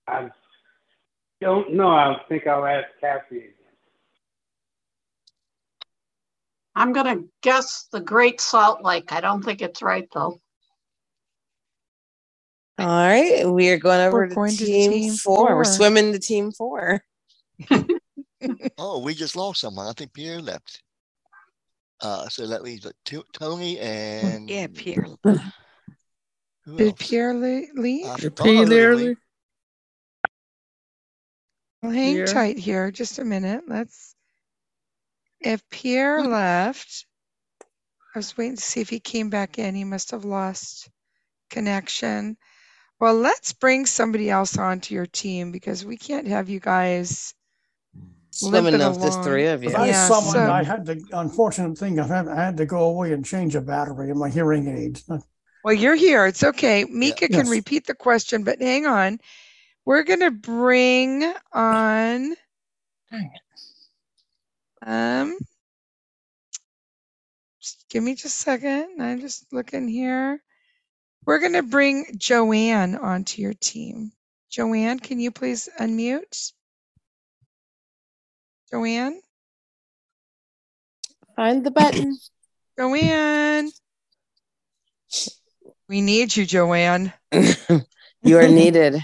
Speaker 17: I don't know. I think I'll ask Kathy.
Speaker 12: I'm going to guess the Great Salt Lake. I don't think it's right, though.
Speaker 6: All right, we are going over
Speaker 12: We're
Speaker 6: to,
Speaker 12: going to
Speaker 6: team
Speaker 12: team
Speaker 6: 4 four. We're
Speaker 12: four.
Speaker 6: swimming to team four.
Speaker 20: Oh, we just lost someone. I think Pierre left. Uh, so that leaves uh, To- Tony and
Speaker 7: Yeah, Pierre.
Speaker 20: Who
Speaker 5: Did
Speaker 20: else?
Speaker 5: Pierre le- leave?
Speaker 6: Uh,
Speaker 20: I thought I heard him leave.
Speaker 5: Well, hang
Speaker 20: Pierre?
Speaker 5: tight here just a minute. Let's. If Pierre left, I was waiting to see if he came back in. He must have lost connection. Well, let's bring somebody else onto your team because we can't have you guys
Speaker 6: Swimming
Speaker 5: limping
Speaker 6: of the
Speaker 5: along.
Speaker 6: three of you.
Speaker 5: Yeah,
Speaker 22: I summoned.
Speaker 5: so-
Speaker 22: I had the unfortunate thing. I had, I had to go away and change a battery in my hearing aid.
Speaker 5: Well, you're here. It's okay. Mika can
Speaker 22: Yes.
Speaker 5: repeat the question, but hang on. We're going to bring on. Um, just give me just a second. I'm just looking here. We're going to bring Joanne onto your team. Joanne, can you please unmute? Joanne?
Speaker 6: Find the button.
Speaker 5: Joanne. We need you, Joanne.
Speaker 6: You are needed.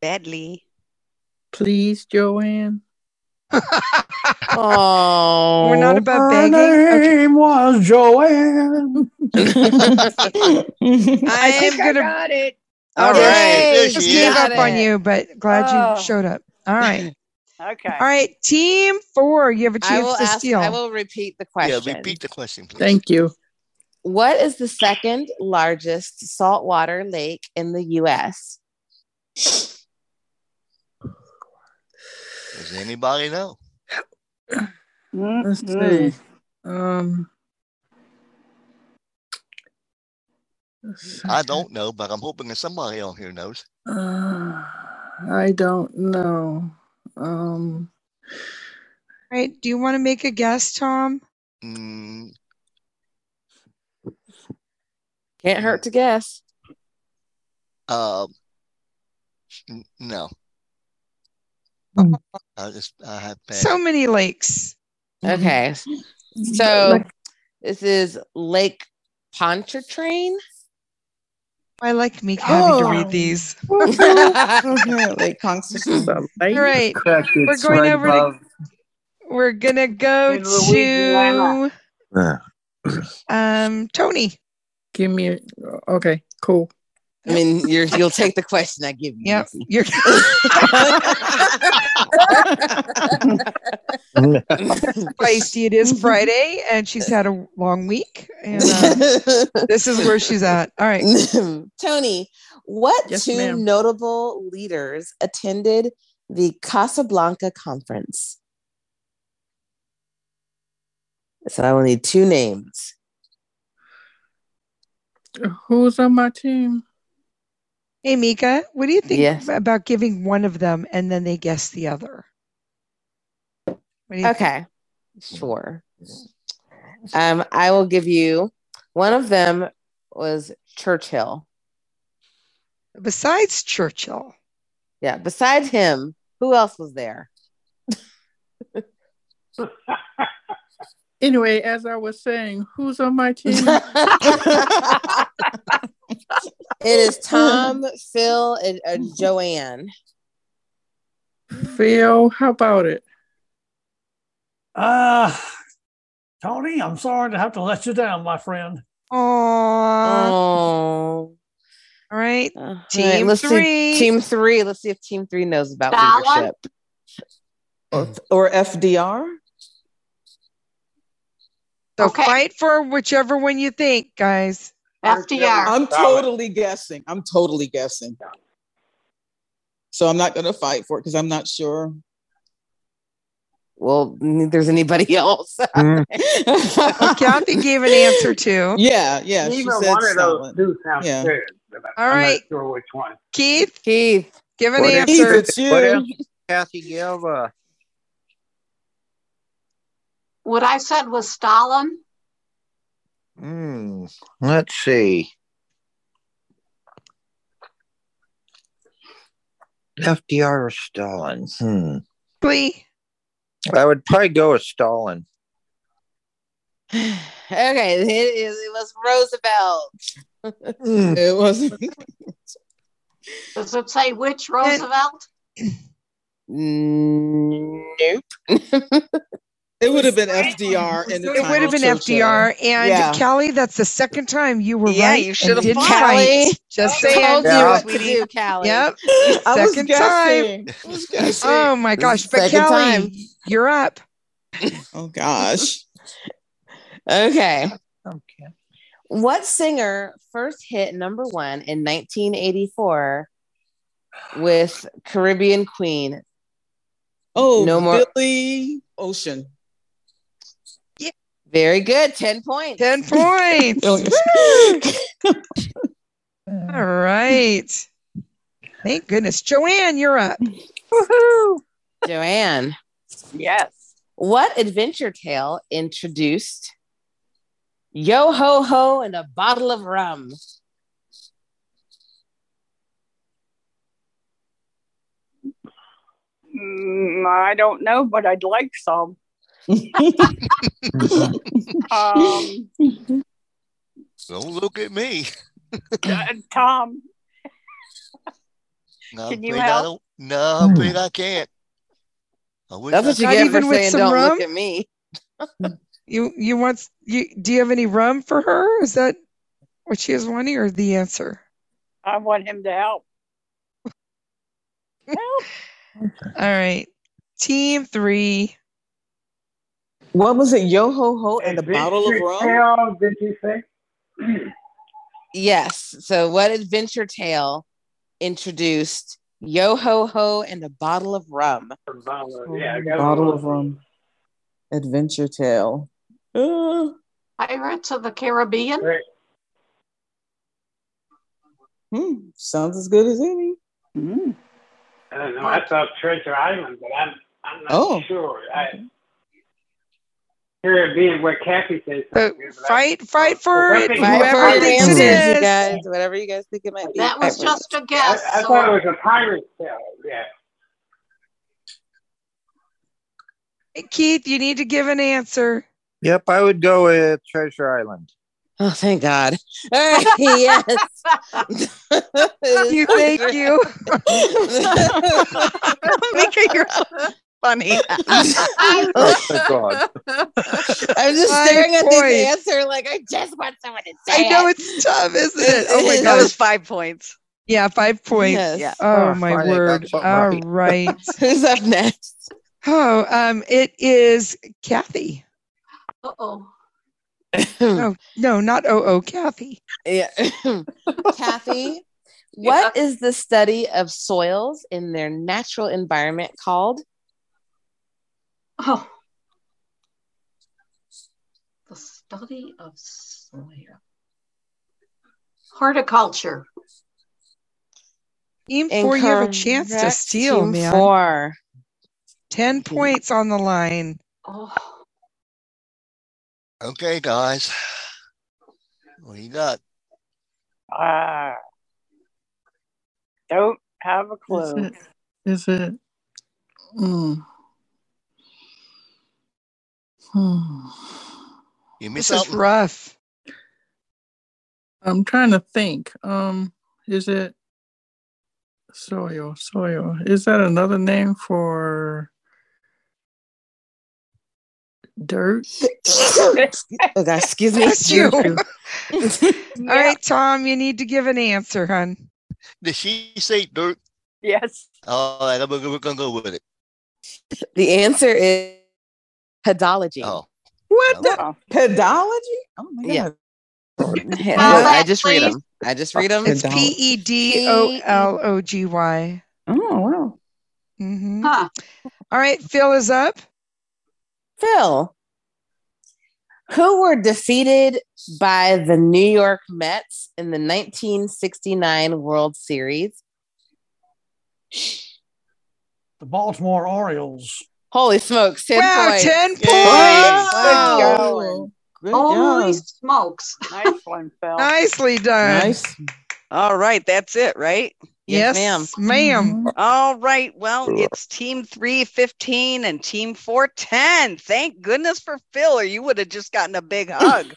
Speaker 23: Badly.
Speaker 21: Please, Joanne.
Speaker 6: oh,
Speaker 23: We're not
Speaker 22: Her
Speaker 23: above begging? Okay.
Speaker 22: name was Joanne.
Speaker 5: I
Speaker 23: think
Speaker 5: am gonna-
Speaker 23: I got it.
Speaker 5: All
Speaker 23: Yay,
Speaker 5: right.
Speaker 23: there
Speaker 5: Just
Speaker 23: she
Speaker 5: gave
Speaker 23: is.
Speaker 5: up
Speaker 23: Got
Speaker 5: on
Speaker 23: it.
Speaker 5: you, but glad
Speaker 23: Oh.
Speaker 5: you showed up. All right.
Speaker 23: Okay.
Speaker 5: All right. Team four, you have a
Speaker 6: I
Speaker 5: chance
Speaker 6: will
Speaker 5: to
Speaker 6: ask.
Speaker 5: steal.
Speaker 6: I will repeat the question.
Speaker 20: Yeah, repeat the question, please.
Speaker 21: Thank you.
Speaker 6: What is the second largest saltwater lake in the U.S.?
Speaker 20: Does anybody know?
Speaker 21: Let's see. Um,
Speaker 20: I don't know, but I'm hoping that somebody on here knows.
Speaker 21: uh, I don't know. Um,
Speaker 5: All right. Do you want to make a guess, Tom?
Speaker 20: Mm,
Speaker 6: Can't hurt to guess.
Speaker 20: uh, n- no. I just I have passed.
Speaker 5: So many lakes.
Speaker 6: Mm-hmm. Okay. So this is Lake Pontchartrain. Oh.
Speaker 5: I like me
Speaker 6: having to
Speaker 5: read these.
Speaker 21: Oh.
Speaker 6: Lake Pontchartrain.
Speaker 5: All right. We're going over to. We're gonna go
Speaker 21: In Louisiana.
Speaker 5: to um Tony.
Speaker 21: give me a okay. Cool.
Speaker 6: I mean, you're, you'll take the question I give you.
Speaker 5: Yep. You're- Feisty, it is Friday, and she's had a long week. And uh, this is where she's at. All right.
Speaker 6: Tony, what
Speaker 5: Yes,
Speaker 6: two
Speaker 5: ma'am.
Speaker 6: notable leaders attended the Casablanca conference? So I will need two names.
Speaker 5: Who's on my team? Hey, Mika, what do you think
Speaker 6: Yes.
Speaker 5: about giving one of them and then they guess the other? What do you think?
Speaker 6: Okay. Sure. Um, I will give you one of them was Churchill.
Speaker 5: Besides Churchill.
Speaker 6: Yeah, besides him, who else was there?
Speaker 21: Anyway, as I was saying, who's on my team?
Speaker 6: It is Tom, Phil, and uh, Joanne.
Speaker 21: Phil, how about it?
Speaker 22: Uh, Tony, I'm sorry to have to let you down, my friend.
Speaker 6: Oh.
Speaker 5: All right.
Speaker 13: team
Speaker 6: let's
Speaker 13: three.
Speaker 6: See, team three. Let's see if team three knows about
Speaker 13: That one?
Speaker 6: leadership. Or FDR?
Speaker 5: So fight for whichever one you think, guys.
Speaker 2: I'm totally guessing. I'm totally guessing. So I'm not going to fight for it because I'm not sure.
Speaker 6: Well, there's anybody else.
Speaker 5: well, Kathy gave an answer too.
Speaker 2: Yeah, yeah.
Speaker 5: she
Speaker 17: Even
Speaker 5: said
Speaker 17: one of those
Speaker 5: someone.
Speaker 17: two sounds
Speaker 5: Yeah.
Speaker 17: good. but
Speaker 5: All
Speaker 17: I'm
Speaker 5: right.
Speaker 17: not sure which one.
Speaker 5: Keith.
Speaker 6: Keith.
Speaker 5: Give an
Speaker 19: What is-
Speaker 5: answer.
Speaker 19: What is Kathy Gilva?
Speaker 12: What I said was Stalin.
Speaker 19: Hmm. Let's see. FDR or Stalin? Hmm.
Speaker 5: Quickly.
Speaker 19: I would probably go with Stalin.
Speaker 6: Okay, it, is, it was Roosevelt.
Speaker 2: it was.
Speaker 12: Does it say which Roosevelt?
Speaker 6: Nope.
Speaker 2: It would have been FDR in the
Speaker 5: It would have been FDR and Kelly. That's the second time you were
Speaker 2: Yeah,
Speaker 5: right.
Speaker 2: you
Speaker 5: and
Speaker 2: should have
Speaker 5: didn't
Speaker 2: fought.
Speaker 5: fight.
Speaker 2: Kelly,
Speaker 5: Just
Speaker 2: I
Speaker 5: saying.
Speaker 2: told you Yeah. what to do,
Speaker 6: Callie.
Speaker 5: Yep.
Speaker 2: I was
Speaker 5: second
Speaker 2: guessing.
Speaker 5: time.
Speaker 2: I was guessing.
Speaker 5: Oh my
Speaker 2: This
Speaker 5: gosh!
Speaker 2: is
Speaker 5: But
Speaker 2: second
Speaker 5: Kelly,
Speaker 2: time.
Speaker 5: you're up.
Speaker 2: Oh gosh.
Speaker 6: Okay. What singer first hit number one in 1984 with Caribbean Queen?
Speaker 2: Oh,
Speaker 6: no more.
Speaker 2: Billy Ocean.
Speaker 6: Very good. 10 points.
Speaker 5: 10 points. All right. Thank goodness. Joanne, you're up.
Speaker 6: Joanne. Yes. What adventure tale introduced yo ho ho and a bottle of rum?
Speaker 16: Mm, I don't know, but I'd like some. um,
Speaker 20: Don't look at me.
Speaker 16: uh, Tom,
Speaker 20: No, I'm
Speaker 16: Can you
Speaker 20: afraid I
Speaker 16: help?
Speaker 20: don't- No, I'm afraid I can't. I wish
Speaker 6: That's
Speaker 20: I
Speaker 6: what you
Speaker 20: could.
Speaker 6: get for saying don't look at me.
Speaker 5: You you want you do you have any rum for her? Is that what she is wanting or the answer?
Speaker 16: I want him to help.
Speaker 5: All right. Team three.
Speaker 2: What was it? Yo ho ho and a bottle of rum.
Speaker 17: did you say?
Speaker 6: Yes. So, what adventure tale introduced yo ho ho and a bottle of rum?
Speaker 17: yeah, I got
Speaker 2: Bottle of rum. Adventure tale. Uh,
Speaker 12: Pirates of the Caribbean.
Speaker 2: Hmm. Sounds as good as any.
Speaker 6: Mm.
Speaker 17: I don't know. I thought Treasure Island, but I'm I'm not
Speaker 2: Oh.
Speaker 17: sure. I, Caribbean, what Kathy says.
Speaker 16: Uh,
Speaker 5: So fight fight for
Speaker 17: Well,
Speaker 5: it.
Speaker 17: that's a-
Speaker 6: Fight for
Speaker 5: Whoever
Speaker 6: your
Speaker 5: thinks
Speaker 6: answers,
Speaker 5: it
Speaker 6: you
Speaker 5: is.
Speaker 6: guys. Whatever you guys think it might be.
Speaker 12: That was
Speaker 6: Fight for it.
Speaker 12: just a guess.
Speaker 17: I
Speaker 12: so-
Speaker 17: thought it was a pirate tale. Yeah.
Speaker 5: Keith, you need to give an answer.
Speaker 19: Yep, I would go with Treasure Island.
Speaker 6: Oh, thank God. All right, yes.
Speaker 5: you thank you. Mika, you're up.
Speaker 3: funny.
Speaker 19: Oh, thank God.
Speaker 6: I'm just
Speaker 3: My
Speaker 6: staring at
Speaker 3: point.
Speaker 6: this answer like I just want someone to say
Speaker 3: I know
Speaker 6: it.
Speaker 3: it's tough, isn't it?
Speaker 6: It
Speaker 3: Oh my
Speaker 6: is.
Speaker 3: god, that was five points.
Speaker 5: Yeah, five points.
Speaker 3: Yes. Yeah.
Speaker 5: Oh,
Speaker 3: Oh,
Speaker 5: my
Speaker 3: finally got
Speaker 5: word.
Speaker 3: something
Speaker 5: All
Speaker 3: right.
Speaker 5: right.
Speaker 6: Who's up next?
Speaker 5: Oh, um, it is Kathy.
Speaker 12: Uh-oh.
Speaker 5: no, no, not oh oh, Kathy.
Speaker 6: Yeah. Kathy, what is the study of soils in their natural environment called?
Speaker 12: Oh. The study of soil. Horticulture.
Speaker 5: Team four, you have a chance to
Speaker 6: Incorrect.
Speaker 5: steal,
Speaker 6: Team
Speaker 5: man.
Speaker 6: Four.
Speaker 5: Ten points on the line.
Speaker 12: Oh.
Speaker 20: Okay, guys. What do you got?
Speaker 16: Uh, don't have a
Speaker 21: Is
Speaker 16: clue.
Speaker 21: it? Is it? Mm. Hmm.
Speaker 20: You
Speaker 21: miss
Speaker 5: this is
Speaker 21: out-
Speaker 5: rough.
Speaker 21: I'm trying to think. Um, is it soil? Soil is that another name for dirt?
Speaker 6: oh gosh, excuse me.
Speaker 5: Bless you. All right, Tom, you need to give an answer, hon.
Speaker 20: Did she say dirt? Oh,
Speaker 16: Yes.
Speaker 20: All right, I'm gonna, we're gonna go with it.
Speaker 6: The answer is pedology.
Speaker 20: Oh.
Speaker 6: What
Speaker 20: the-
Speaker 6: pedology? Oh my
Speaker 20: God.
Speaker 6: Yeah.
Speaker 5: Spell
Speaker 6: I
Speaker 5: that,
Speaker 6: just read
Speaker 5: please.
Speaker 6: them. I just read them.
Speaker 5: It's P E D O L O G Y.
Speaker 6: Oh wow.
Speaker 5: Mhm. All right, Phil is up.
Speaker 6: Phil, who were defeated by the New York Mets in the 1969 World Series?
Speaker 22: The Baltimore Orioles.
Speaker 6: Holy smokes! Ten
Speaker 22: Wow,
Speaker 6: points.
Speaker 22: 10
Speaker 6: Yay.
Speaker 22: points.
Speaker 6: Wow.
Speaker 22: Good going.
Speaker 6: Good
Speaker 12: Holy
Speaker 6: job.
Speaker 12: smokes.
Speaker 16: Nice one, Phil.
Speaker 5: Nicely done.
Speaker 22: Nice.
Speaker 3: All right, that's it, right?
Speaker 5: Yes, Yes, ma'am. ma'am.
Speaker 3: All right, well, it's team 315 and team 410. Thank goodness for Phil, or you would have just gotten a big hug.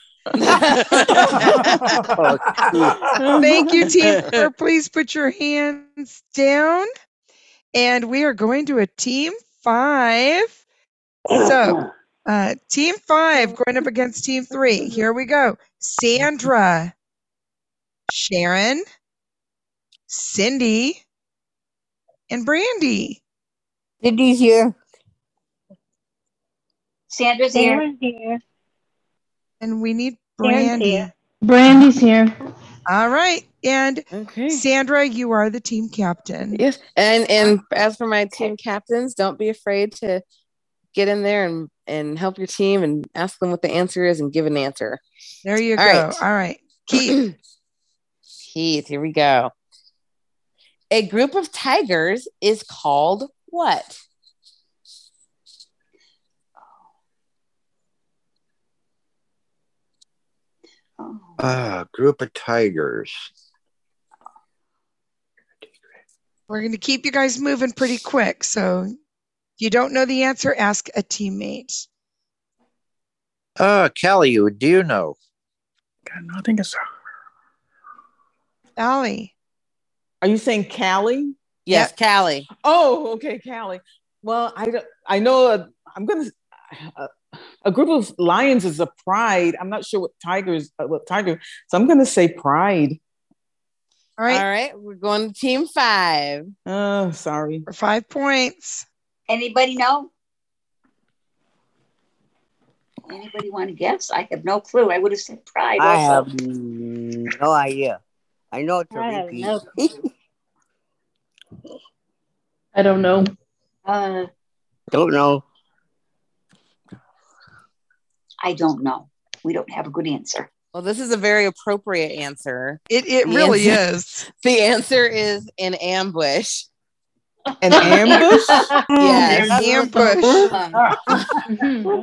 Speaker 5: Thank you, Team Four. Please put your hands down. And we are going to a Team Five. So, uh, Team Five going up against Team Three. Here we go Sandra, Sharon, Cindy, and Brandy.
Speaker 4: Cindy's here.
Speaker 12: Sandra's here.
Speaker 5: And we need
Speaker 12: Sharon's
Speaker 5: Brandy.
Speaker 12: here.
Speaker 4: Brandy's here.
Speaker 5: All right. And Sandra, you are the team captain.
Speaker 6: Yes, and and as for my team captains, don't be afraid to get in there and and help your team and ask them what the answer is and give an answer.
Speaker 5: There you
Speaker 6: All
Speaker 5: go.
Speaker 6: right.
Speaker 5: All right. Keith.
Speaker 6: Keith, here we go. A group of tigers is called what?
Speaker 19: Ah, group of tigers.
Speaker 5: We're going to keep you guys moving pretty quick. So if you don't know the answer, ask a teammate.
Speaker 19: Ah, Callie, you do you know?
Speaker 21: I think it's
Speaker 5: Allie.
Speaker 23: Are you saying Callie?
Speaker 6: Yes, Callie.
Speaker 23: Oh, okay, Callie. Well, I don't, I know i am I'm gonna a, a group of lions is a pride. I'm not sure what tigers uh, what tiger. So I'm gonna say pride.
Speaker 5: All right.
Speaker 6: All right. We're going to team five.
Speaker 23: Oh, sorry.
Speaker 5: For five points.
Speaker 12: Anybody know? Anybody want to guess? I have no clue. I would have said pride.
Speaker 4: I
Speaker 12: also.
Speaker 4: have no idea. I know it's a
Speaker 12: I have
Speaker 4: repeat.
Speaker 12: no
Speaker 4: I don't know.
Speaker 12: Uh,
Speaker 4: Don't know.
Speaker 12: I don't know. We don't have a good answer.
Speaker 6: Well, this is a very appropriate answer.
Speaker 5: It it
Speaker 12: really
Speaker 5: is.
Speaker 6: The answer is an ambush.
Speaker 23: An ambush?
Speaker 6: yes.
Speaker 4: I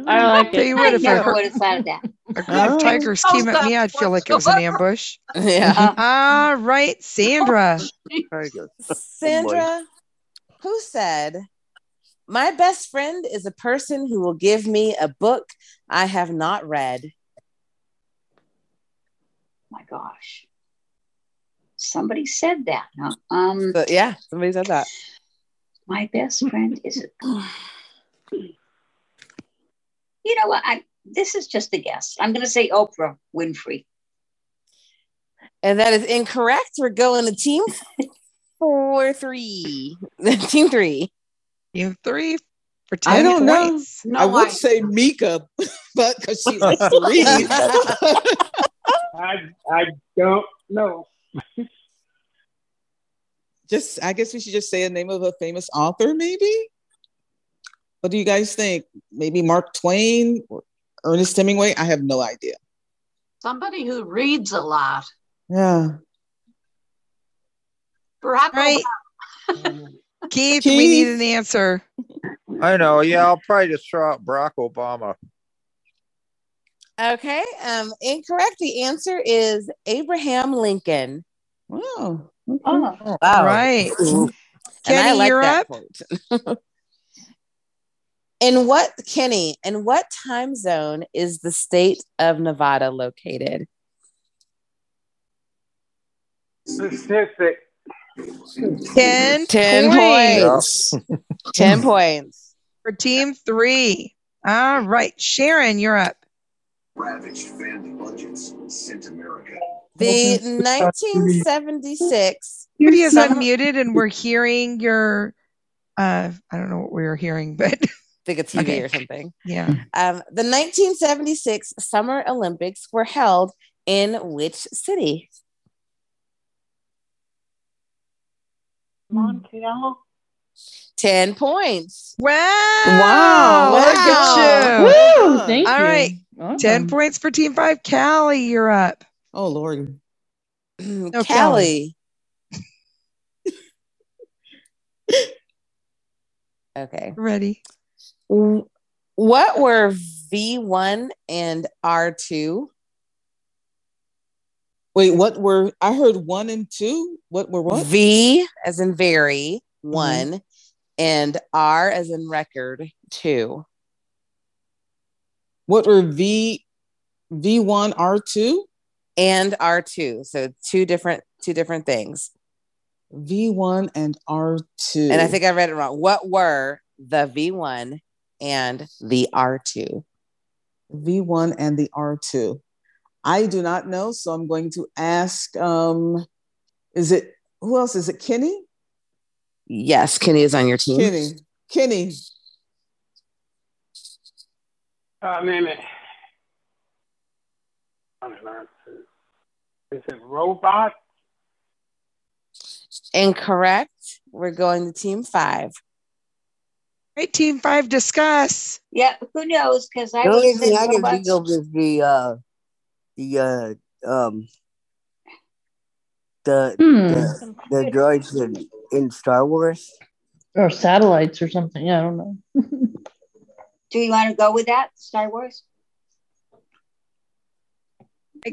Speaker 4: like
Speaker 5: Tell you what, if I heard-
Speaker 12: thought of that.
Speaker 5: A group of tigers came at me, I'd feel like it was an ambush.
Speaker 6: Yeah.
Speaker 5: All right, Sandra.
Speaker 6: Sandra, who said, My best friend is a person who will give me a book I have not read?
Speaker 12: my gosh. Somebody said that. huh? Um,
Speaker 6: yeah, somebody said that.
Speaker 12: My best friend is You know what? I, this is just a guess. I'm going to say Oprah Winfrey.
Speaker 6: And that is incorrect. We're going to team four, three. team three.
Speaker 5: Team three for
Speaker 18: I don't know.
Speaker 6: No,
Speaker 18: I would
Speaker 6: I-
Speaker 18: say Mika, but because she's three.
Speaker 17: I, I don't know.
Speaker 18: just, I guess we should just say a name of a famous author, maybe. What do you guys think? Maybe Mark Twain or Ernest Hemingway? I have no idea.
Speaker 24: Somebody who reads a lot.
Speaker 18: Yeah.
Speaker 24: Barack
Speaker 5: Right. Keith, we
Speaker 24: Keith?
Speaker 5: need an answer.
Speaker 19: I know. Yeah, I'll probably just throw out Barack Obama.
Speaker 6: Okay. Um, incorrect. The answer is Abraham Lincoln.
Speaker 18: Wow.
Speaker 6: Oh,
Speaker 5: wow. Right.
Speaker 6: And I
Speaker 5: Kenny,
Speaker 6: like
Speaker 5: you're
Speaker 6: that
Speaker 5: up.
Speaker 6: quote. In what Kenny? In what time zone is the state of Nevada located?
Speaker 17: Pacific.
Speaker 5: Ten,
Speaker 6: Ten
Speaker 5: points.
Speaker 6: Ten points.
Speaker 5: For team three. All right. Sharon, you're up.
Speaker 25: Ravaged family budgets sent America.
Speaker 6: The 1976
Speaker 5: Judy is
Speaker 6: summer-
Speaker 5: unmuted and we're hearing your uh I don't know what we were hearing, but
Speaker 6: like a TV
Speaker 5: Okay.
Speaker 6: or something.
Speaker 5: yeah.
Speaker 6: Um, the 1976 Summer Olympics were held in which city?
Speaker 26: Montreal.
Speaker 6: 10 points.
Speaker 5: Wow.
Speaker 6: Wow.
Speaker 5: Look at you.
Speaker 6: Woo, thank
Speaker 5: All
Speaker 6: you.
Speaker 5: right. Ten
Speaker 6: Awesome.
Speaker 5: points for team five. Callie, you're up.
Speaker 18: Oh Lord.
Speaker 5: No,
Speaker 6: Callie. okay.
Speaker 5: Ready.
Speaker 6: What were V1 and R2?
Speaker 18: Wait, what were I heard one and two? What were what?
Speaker 6: V as in very, one, and R as in record, two.
Speaker 18: What were V V1 R2
Speaker 6: and R2. So two different two different things.
Speaker 18: V1 and R2.
Speaker 6: And I think I read it wrong. What were the V1 and the R2?
Speaker 18: V1 and the R2. I do not know, so I'm going to ask um is it who else is it Kenny?
Speaker 6: Yes, Kenny is on your team.
Speaker 18: Kenny. Kenny.
Speaker 17: I mean, Oh, it- I don't know. Is it robot?
Speaker 6: Incorrect. We're going to team five.
Speaker 5: Right, team five, discuss.
Speaker 12: Yeah, who knows? Because I
Speaker 4: The only
Speaker 12: was
Speaker 4: thing I can
Speaker 12: robots.
Speaker 4: think of is the uh, the uh, um, the, the the droids in, in Star Wars.
Speaker 27: Or satellites or something. I don't know.
Speaker 12: Do you want to go with that? Star Wars?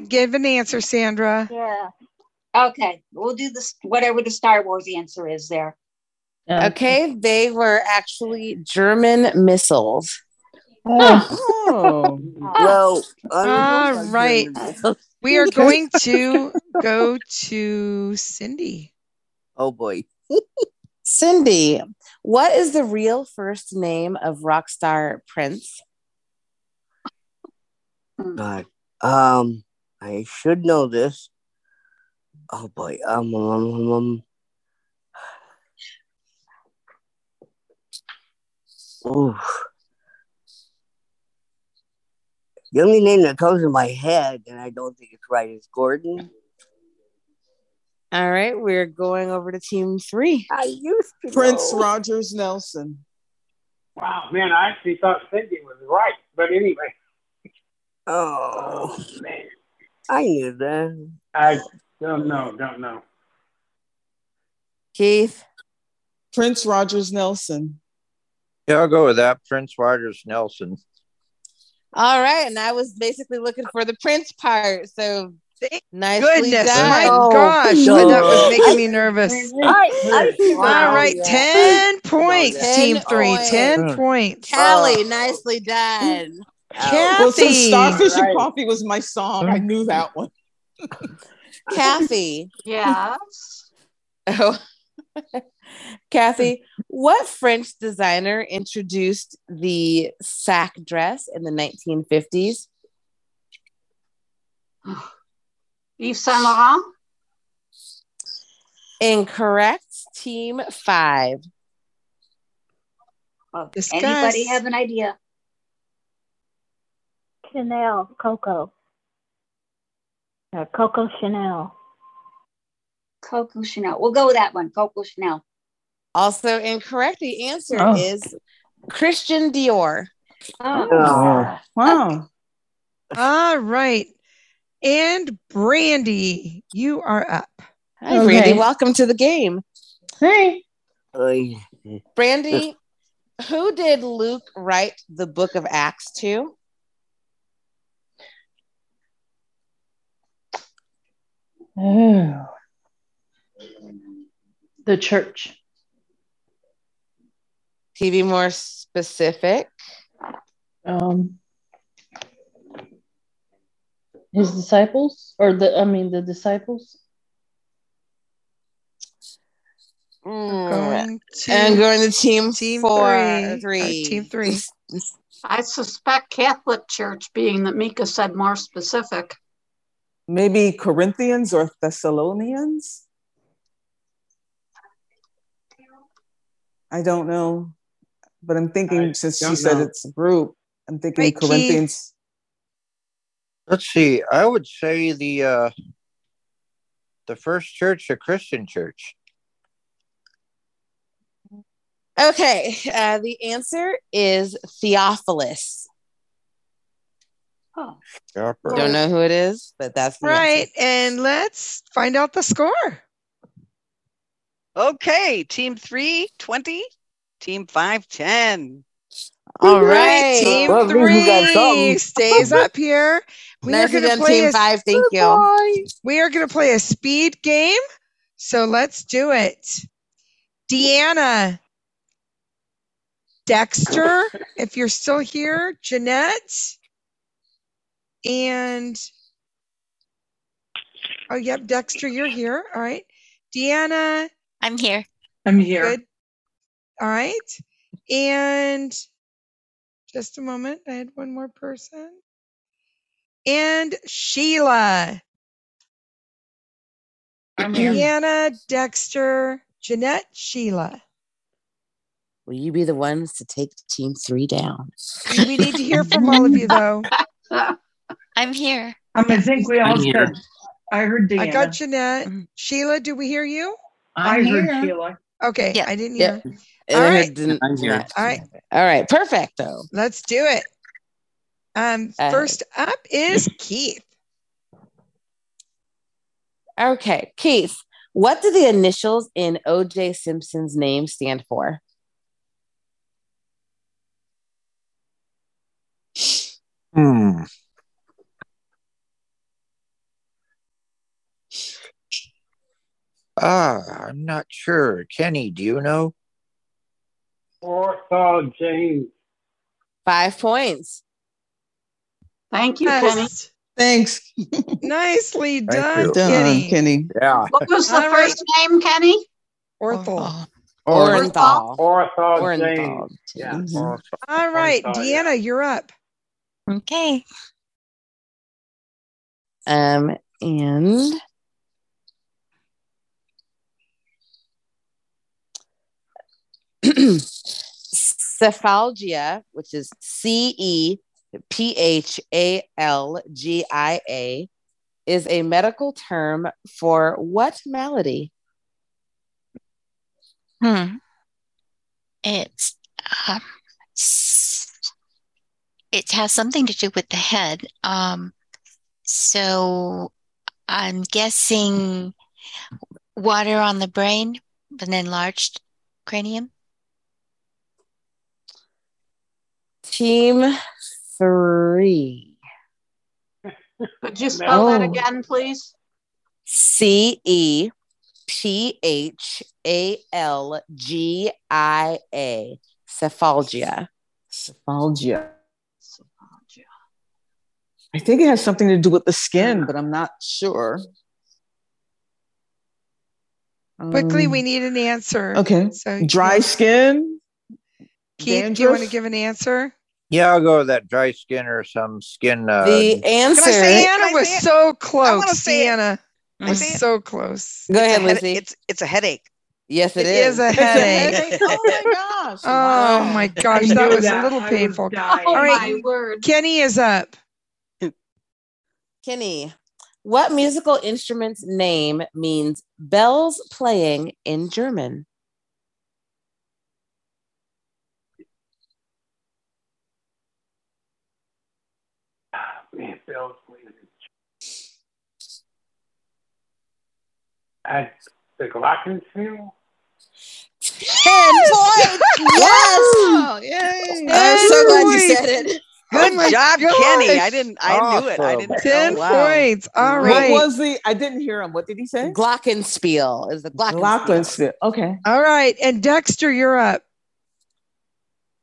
Speaker 5: Give an answer, Sandra.
Speaker 12: Yeah. Okay, we'll do this. Whatever the Star Wars answer is, there.
Speaker 6: Okay, they were actually German missiles.
Speaker 18: Oh.
Speaker 4: Well,
Speaker 5: All right. We are going to go to Cindy.
Speaker 4: Oh boy.
Speaker 6: Cindy, what is the real first name of rock star Prince?
Speaker 4: Mm. God. Um, I should know this. Oh boy. Um, um, um, um. Ooh. The only name that comes to my head, and I don't think it's right, is Gordon.
Speaker 6: All right, we're going over to team three.
Speaker 4: I used to
Speaker 18: Prince Rogers Nelson.
Speaker 17: Wow, man, I actually thought Cindy was right. But anyway.
Speaker 4: Oh,
Speaker 17: man.
Speaker 4: I knew that.
Speaker 17: I don't know, don't know.
Speaker 6: Keith.
Speaker 18: Prince Rogers Nelson.
Speaker 19: Yeah, I'll go with that. Prince Rogers Nelson.
Speaker 6: All right, and I was basically looking for the Prince part. So nice.
Speaker 5: Goodness, my
Speaker 18: Oh.
Speaker 5: gosh,
Speaker 6: no.
Speaker 5: that was making me nervous.
Speaker 6: I- I see that.
Speaker 5: All right,
Speaker 6: Yeah. Oh,
Speaker 5: 10 points,
Speaker 6: yeah.
Speaker 5: team
Speaker 6: 10
Speaker 5: three, 10
Speaker 6: points.
Speaker 5: points.
Speaker 6: Callie, nicely done.
Speaker 18: Well,
Speaker 5: Kathy.
Speaker 18: since Starfish and
Speaker 5: Oh. Right.
Speaker 18: Coffee was my song, I knew that one.
Speaker 6: Kathy.
Speaker 24: Yeah.
Speaker 6: Oh. Kathy, what French designer introduced the sack dress in the 1950s?
Speaker 12: Yves Saint Laurent.
Speaker 6: Incorrect. Team five.
Speaker 10: Discuss. Anybody have an idea?
Speaker 8: Chanel, Coco. Uh, Coco Chanel.
Speaker 10: Coco Chanel. We'll go with that one. Coco Chanel.
Speaker 6: Also incorrect. The answer
Speaker 10: Oh.
Speaker 6: is Christian Dior.
Speaker 5: Oh.
Speaker 18: Wow.
Speaker 5: All right. And Brandy, you are up.
Speaker 6: Hi, Brandy. Welcome to the game.
Speaker 5: Hey.
Speaker 6: Brandy, who did Luke write the book of Acts to?
Speaker 15: Oh. The church.
Speaker 6: Can you be more specific?
Speaker 15: Um, his disciples, or the, I mean, the disciples.
Speaker 12: Mm,
Speaker 6: going and going to team, four, three.
Speaker 12: Uh, team three. I suspect Catholic Church, being that Mika said more specific.
Speaker 23: Maybe Corinthians or Thessalonians? I don't know. But I'm thinking, since she
Speaker 19: don't
Speaker 23: said
Speaker 19: know.
Speaker 23: it's a group, I'm thinking
Speaker 19: Ricky.
Speaker 23: Corinthians.
Speaker 19: Let's see. I would say the uh the first church, the Christian church.
Speaker 6: Okay, uh, the answer is Theophilus.
Speaker 10: Oh.
Speaker 6: Don't know who it is, but that's the answer.
Speaker 5: Right. And let's find out the score.
Speaker 3: Okay, team three, 20, team five, 10.
Speaker 6: All right.
Speaker 5: Team
Speaker 6: Well, at least we got
Speaker 5: three
Speaker 6: something.
Speaker 5: stays up here. We
Speaker 6: Nicely
Speaker 5: are going
Speaker 6: done,
Speaker 5: to play
Speaker 6: team
Speaker 5: a-
Speaker 6: five. Thank you.
Speaker 5: We are going to play a speed game. So let's do it. Deanna, Dexter, if you're still here, Jeanette, and oh, yep, Dexter, you're here. All right. Deanna.
Speaker 9: I'm here.
Speaker 8: I'm here.
Speaker 5: Good. All right. And just a moment. I had one more person. And Sheila. Deanna, Dexter, Jeanette, Sheila.
Speaker 6: Will you be the ones to take team three down?
Speaker 5: We need to hear from all of you, though.
Speaker 9: I'm here.
Speaker 15: I mean, I think we all
Speaker 9: I'm here.
Speaker 15: said, I heard Deanna.
Speaker 5: I got Jeanette. Sheila, do we hear you?
Speaker 15: I I'm heard here. Sheila.
Speaker 5: Okay, I didn't hear.
Speaker 6: Yep. And
Speaker 5: All
Speaker 6: I
Speaker 5: right.
Speaker 6: heard didn't-
Speaker 8: I'm here.
Speaker 6: yeah.
Speaker 5: All right,
Speaker 6: All right. Perfect, though.
Speaker 5: let's do it. Um,
Speaker 6: Uh,
Speaker 5: first up is Keith.
Speaker 6: Okay. Keith, what do the initials in OJ Simpson's name stand for?
Speaker 19: Hmm. Ah, I'm not sure. Kenny, do you know?
Speaker 17: Warsaw James.
Speaker 6: Five points.
Speaker 12: Thank you, Penny.
Speaker 5: Yes.
Speaker 18: Thanks.
Speaker 5: Nicely
Speaker 18: Thank
Speaker 5: done,
Speaker 18: you. Done,
Speaker 5: Kenny.
Speaker 18: Kenny.
Speaker 19: Yeah.
Speaker 12: What was the
Speaker 5: All right.
Speaker 12: first name, Kenny? Oh.
Speaker 5: Orthol.
Speaker 6: Orenthal.
Speaker 17: Warsaw
Speaker 6: Orenthal.
Speaker 17: James. Yeah.
Speaker 5: All right,
Speaker 6: Orthol,
Speaker 5: Deanna, you're up.
Speaker 9: Okay.
Speaker 6: Um, and cephalgia, which is C E P H A L G I A, is a medical term for what malady?
Speaker 9: Hmm. It's um, s- it has something to do with the head. Um, so I'm guessing water on the brain, an enlarged cranium.
Speaker 6: Team three. Oh,
Speaker 12: Could you spell
Speaker 3: Oh.
Speaker 12: that again, please?
Speaker 6: C E P H A L G I A. Cephalgia.
Speaker 23: Cephalgia. I think it has something to do with the skin, but I'm not sure.
Speaker 5: Quickly,
Speaker 18: Um,
Speaker 5: we need an answer.
Speaker 18: Okay.
Speaker 5: So
Speaker 18: Dry skin.
Speaker 5: Keith, do you want to
Speaker 18: dandruff?
Speaker 5: give an answer?
Speaker 19: Yeah, I'll go with that dry skin or some skin. Uh,
Speaker 5: Can I say Anna
Speaker 3: Can I
Speaker 5: was
Speaker 3: say it?
Speaker 5: so
Speaker 3: I
Speaker 5: close.
Speaker 3: want to say it.
Speaker 5: Anna
Speaker 3: I
Speaker 5: was
Speaker 3: say it.
Speaker 5: so close.
Speaker 6: Go ahead,
Speaker 3: a head-
Speaker 6: Lucy.
Speaker 3: It's it's a headache.
Speaker 6: Yes,
Speaker 5: It is a headache.
Speaker 16: gosh.
Speaker 5: Oh my gosh, that was a little painful. All right,
Speaker 6: word.
Speaker 5: Kenny is up.
Speaker 6: Kenny, what musical instrument's name means bells playing in German?
Speaker 17: Oh, Man, Bell's Blazers. I, the Glockenspiel?
Speaker 6: Ten points.
Speaker 3: Yes.
Speaker 6: I'm so glad you said it.
Speaker 3: Good
Speaker 18: Oh my
Speaker 3: job,
Speaker 18: gosh.
Speaker 3: Kenny. I didn't. I knew it. I didn't.
Speaker 18: Ten
Speaker 3: know. Wow.
Speaker 18: points.
Speaker 6: All
Speaker 18: what
Speaker 6: right.
Speaker 18: was the? I didn't hear him. What did he say?
Speaker 6: Glockenspiel is the
Speaker 18: Glockenspiel. Okay.
Speaker 5: All right, and Dexter, you're up.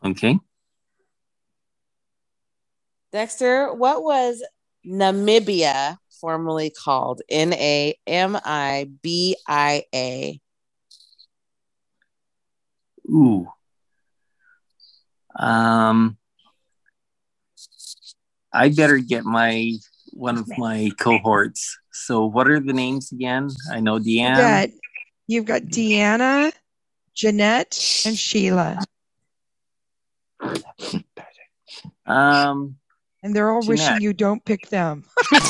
Speaker 1: Okay.
Speaker 6: Dexter, what was Namibia formerly called? N A M I B I A.
Speaker 1: Ooh. Um, I better get my one of my cohorts. So, what are the names again? I know Deanne.
Speaker 5: That you've got Deanna, Jeanette, and Sheila,
Speaker 1: Um,
Speaker 5: and they're all wishing
Speaker 1: Jeanette.
Speaker 5: you don't pick them. Go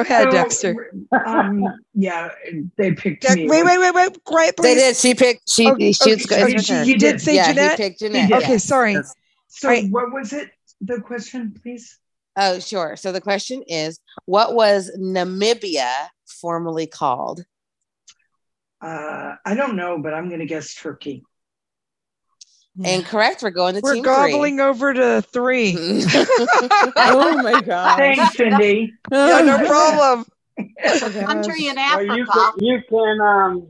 Speaker 5: ahead, Dexter.
Speaker 7: Um, yeah, they picked
Speaker 5: Dex-
Speaker 7: me.
Speaker 5: wait, wait, wait, wait. Quiet,
Speaker 7: They
Speaker 5: please. Oh,
Speaker 7: did. She picked- she- she- it's
Speaker 5: okay.
Speaker 7: her turn.
Speaker 5: You did say
Speaker 7: Yeah, he
Speaker 5: Jeanette.
Speaker 7: picked Jeanette,
Speaker 5: Okay,
Speaker 7: yes.
Speaker 5: sorry.
Speaker 7: Yes. So what was it? The question, please.
Speaker 6: Oh, sure. So the question is what was Namibia formerly called?
Speaker 7: Uh, I don't know, but I'm going to guess Turkey.
Speaker 6: And correct, we're going to
Speaker 5: Hmm. We're
Speaker 6: team
Speaker 5: gobbling over to three.
Speaker 6: oh
Speaker 18: my gosh.
Speaker 7: Thanks, Cindy.
Speaker 5: yeah, no problem.
Speaker 12: Country in
Speaker 17: Well, you
Speaker 12: Africa.
Speaker 17: can, you can, um,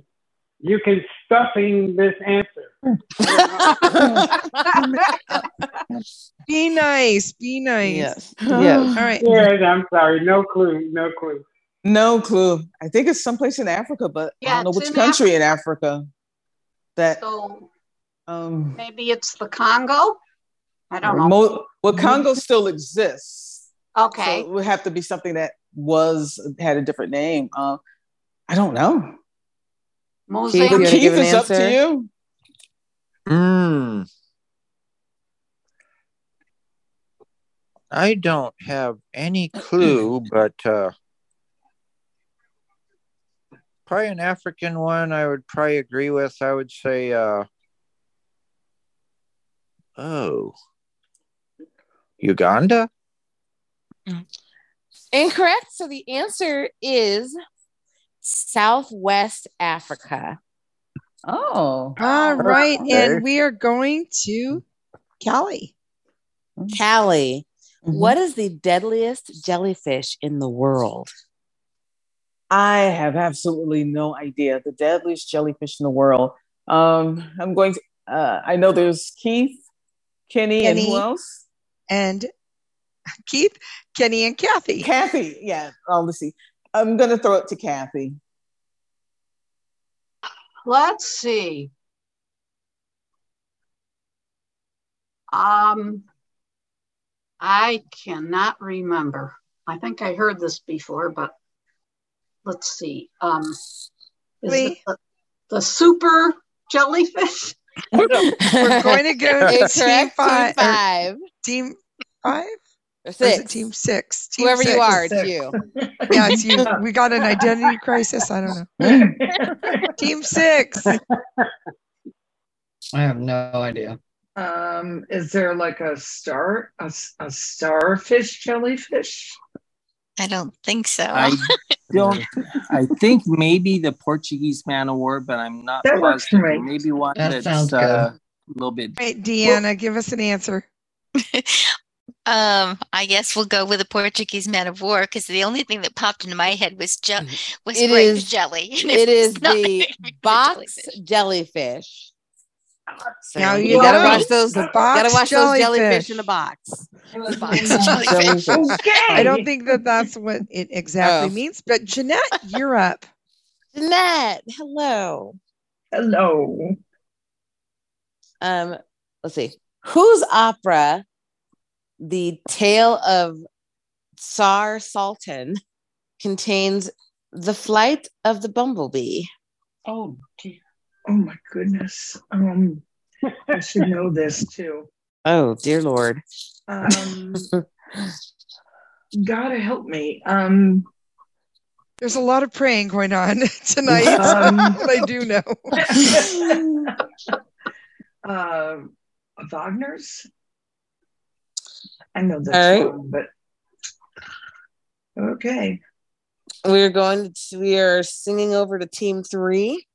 Speaker 17: you can stuffing this answer.
Speaker 5: Be nice. Be nice.
Speaker 17: Yes,
Speaker 18: yes.
Speaker 5: All right.
Speaker 17: Yes, I'm sorry. No clue. No clue.
Speaker 18: No clue. I think it's someplace in Africa, but I
Speaker 12: Yeah,
Speaker 18: don't know
Speaker 12: it's
Speaker 18: which
Speaker 12: in
Speaker 18: country in Africa. That
Speaker 12: So
Speaker 18: um,
Speaker 12: maybe it's the Congo. I don't know. Mm-hmm.
Speaker 18: Mo- well, Congo still exists.
Speaker 12: Okay.
Speaker 18: So it would have to be something that was had a different name. Uh, I don't know.
Speaker 12: Mozambique.
Speaker 18: But Keith is up to you.
Speaker 19: Mm. I don't have any clue, but uh, probably an African one I would probably agree with. I would say, uh, oh, Uganda?
Speaker 6: Incorrect. So the answer is Southwest Africa.
Speaker 18: Oh.
Speaker 5: All right.
Speaker 6: Okay.
Speaker 5: And we are going to Cali. Mm-hmm.
Speaker 6: Callie, what is the deadliest jellyfish in the world?
Speaker 18: I have absolutely no idea. The deadliest jellyfish in the world. Um, I'm going to, uh, I know there's Keith, Kenny, and who
Speaker 5: Kenny.
Speaker 18: else?
Speaker 5: And Keith, Kenny, and Kathy.
Speaker 18: Kathy, yeah. Oh, let's see. I'm going to throw it to Kathy.
Speaker 12: Let's see. Um, I cannot remember. I think I heard this before, but let's see. Um, is it the, the super jellyfish?
Speaker 5: We're going to go to
Speaker 6: Incorrect.
Speaker 5: team
Speaker 6: Team
Speaker 5: five. or
Speaker 6: five.
Speaker 5: Team five?
Speaker 6: Six.
Speaker 5: Or is it team six? Team
Speaker 6: Whoever you
Speaker 5: six.
Speaker 6: are, it's you.
Speaker 5: Yeah, it's you. We got an identity crisis. I don't know. team six.
Speaker 1: I have no idea.
Speaker 7: Um, is there like a star, a, s- a starfish jellyfish?
Speaker 9: I don't think so.
Speaker 1: I don't. I think maybe the Portuguese man of war, but I'm not
Speaker 7: That works for
Speaker 1: positive.
Speaker 7: me.
Speaker 1: Maybe one
Speaker 7: That
Speaker 1: that's
Speaker 7: sounds good.
Speaker 1: uh, a little bit.
Speaker 5: All right, Deanna, give us an answer.
Speaker 9: Um, I guess we'll go with the Portuguese man of war because the only thing that popped into my head was je-
Speaker 12: Mm-hmm.
Speaker 9: was
Speaker 6: It
Speaker 9: grape
Speaker 6: is-
Speaker 9: jelly.
Speaker 6: It is the box jellyfish. So
Speaker 5: Now you
Speaker 6: you gotta
Speaker 5: know.
Speaker 6: watch those.
Speaker 5: The box
Speaker 6: Gotta watch those jellyfish
Speaker 5: jellyfish.
Speaker 6: in the box.
Speaker 5: Jellyfish.
Speaker 6: Okay.
Speaker 5: I don't think that that's what it exactly
Speaker 6: Oh.
Speaker 5: means. But Jeanette, you're up.
Speaker 6: Jeanette, hello.
Speaker 12: Hello.
Speaker 6: Um, let's see. Whose opera, The Tale of Tsar Sultan, contains the flight of the bumblebee?
Speaker 12: Oh dear. Oh my goodness. Um, I should know this too.
Speaker 6: Oh, dear Lord.
Speaker 18: Uh,
Speaker 12: Um, gotta help me. Um,
Speaker 5: There's a lot of praying going on tonight.
Speaker 12: Um,
Speaker 5: but I do know.
Speaker 12: uh, Wagner's. I know that's
Speaker 6: All right.
Speaker 12: wrong, but okay.
Speaker 6: We're going to, we are singing over to team three.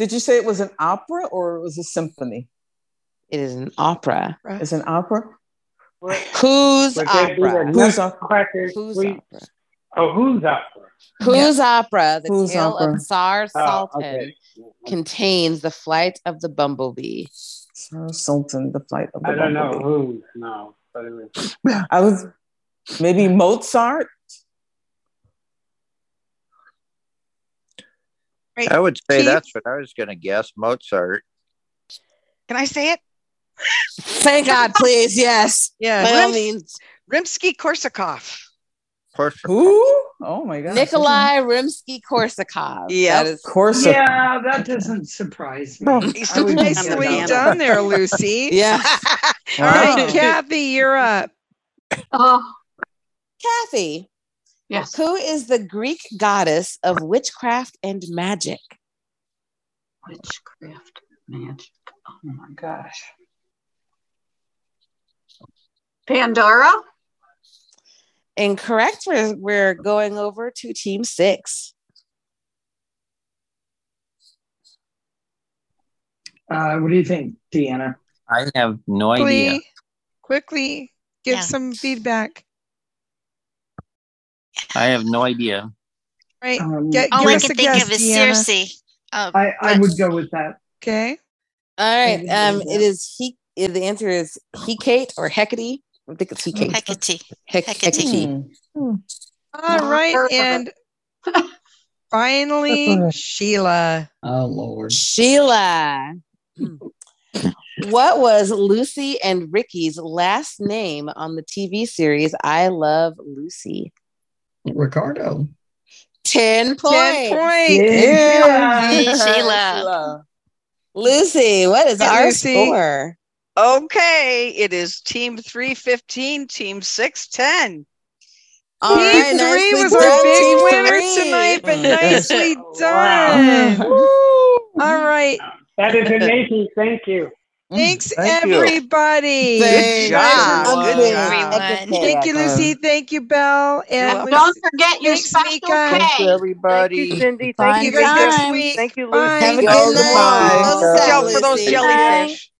Speaker 18: Did you say it was an opera or it was a symphony?
Speaker 6: It is an opera.
Speaker 18: It's an opera.
Speaker 6: Whose
Speaker 18: Would they be
Speaker 6: opera?
Speaker 18: the Whose op-
Speaker 6: Whose
Speaker 17: we-
Speaker 6: opera?
Speaker 17: Oh, who's up?
Speaker 6: Whose opera, The
Speaker 18: Whose
Speaker 6: Tale
Speaker 18: opera?
Speaker 6: of Tsar
Speaker 18: Oh,
Speaker 6: Sultan, contains The Flight of the Bumblebee?
Speaker 18: Sarah Sultan, the flight of the
Speaker 17: I don't know
Speaker 18: Bumblebee.
Speaker 17: who. No, but it was
Speaker 18: I was maybe Mozart.
Speaker 19: I would say that's what I was going to guess. Mozart.
Speaker 3: Can I say it?
Speaker 6: Thank God, please. Yes.
Speaker 5: Yeah.
Speaker 6: By all
Speaker 3: Rims-
Speaker 6: means.
Speaker 3: Rimsky-Korsakov.
Speaker 18: Who? Oh my God.
Speaker 6: Nikolai Rimsky Korsakov.
Speaker 18: Yep. Korsakov.
Speaker 12: Yeah, that doesn't surprise me. I would guess
Speaker 5: Nicely
Speaker 12: that.
Speaker 5: done there, Lucy.
Speaker 6: Yeah.
Speaker 5: All right,
Speaker 12: Wow.
Speaker 5: Kathy, you're up.
Speaker 28: Oh,
Speaker 6: Kathy.
Speaker 28: Yes.
Speaker 6: Who is the Greek goddess of witchcraft and magic?
Speaker 28: witchcraft magic. Oh my gosh.
Speaker 6: Pandora. Incorrect. We're, we're going over to team six.
Speaker 12: Uh, what do you think, Deanna?
Speaker 21: I have no idea.
Speaker 5: Quickly, quickly give some feedback.
Speaker 21: I have no idea.
Speaker 5: Right.
Speaker 12: Um,
Speaker 5: Get,
Speaker 29: All
Speaker 5: give
Speaker 29: I
Speaker 5: us
Speaker 29: can
Speaker 5: a
Speaker 29: think
Speaker 5: guess,
Speaker 29: of is
Speaker 5: Deanna.
Speaker 29: Circe. Oh,
Speaker 12: I, I would go with that.
Speaker 5: Okay.
Speaker 6: All right.
Speaker 12: Maybe
Speaker 6: Um,
Speaker 12: Linda.
Speaker 6: it is he. The answer is Hecate or Hecate. I think it's Hecate.
Speaker 29: Hecate.
Speaker 6: Hec-
Speaker 29: Hecate.
Speaker 6: Hecate.
Speaker 5: All right. And finally, Sheila.
Speaker 6: Oh Lord. Sheila.
Speaker 29: Hmm.
Speaker 6: what was Lucy and Ricky's last name on the TV series I Love Lucy?
Speaker 30: Ricardo.
Speaker 6: Ten points.
Speaker 5: Ten points.
Speaker 6: Yeah.
Speaker 29: Hey, Sheila.
Speaker 6: Lucy, what is
Speaker 3: Hey,
Speaker 6: our
Speaker 3: Lucy.
Speaker 6: score?
Speaker 3: Okay, it is team 315, team 610.
Speaker 6: All
Speaker 5: team
Speaker 6: right,
Speaker 5: three
Speaker 6: nicely
Speaker 5: was our
Speaker 6: done,
Speaker 5: big
Speaker 6: team
Speaker 5: winner
Speaker 6: three.
Speaker 5: tonight, but
Speaker 6: Mm.
Speaker 5: nicely done. All right.
Speaker 17: that is amazing. Thank you.
Speaker 5: Thanks,
Speaker 17: Mm, Thank you.
Speaker 5: everybody.
Speaker 17: Thank Good you, job.
Speaker 5: Thank
Speaker 17: everyone.
Speaker 5: you, Thank you, Lucy. Thank you, Belle. And
Speaker 29: welcome.
Speaker 5: Lucy-
Speaker 29: Don't forget your
Speaker 5: thanks,
Speaker 29: special
Speaker 5: Mika.
Speaker 29: Thank you,
Speaker 19: everybody.
Speaker 31: Thank you, Cindy. Thank
Speaker 6: Fun
Speaker 5: See you
Speaker 31: you,
Speaker 5: guys
Speaker 31: Lucy.
Speaker 5: next
Speaker 6: times.
Speaker 5: week.
Speaker 31: Thank you, Lucy.
Speaker 5: Bye.
Speaker 6: Have a
Speaker 31: Y'all
Speaker 6: good
Speaker 31: go
Speaker 6: night.
Speaker 31: on.
Speaker 6: Go
Speaker 3: Watch out for
Speaker 6: Lucy.
Speaker 3: those jellyfish.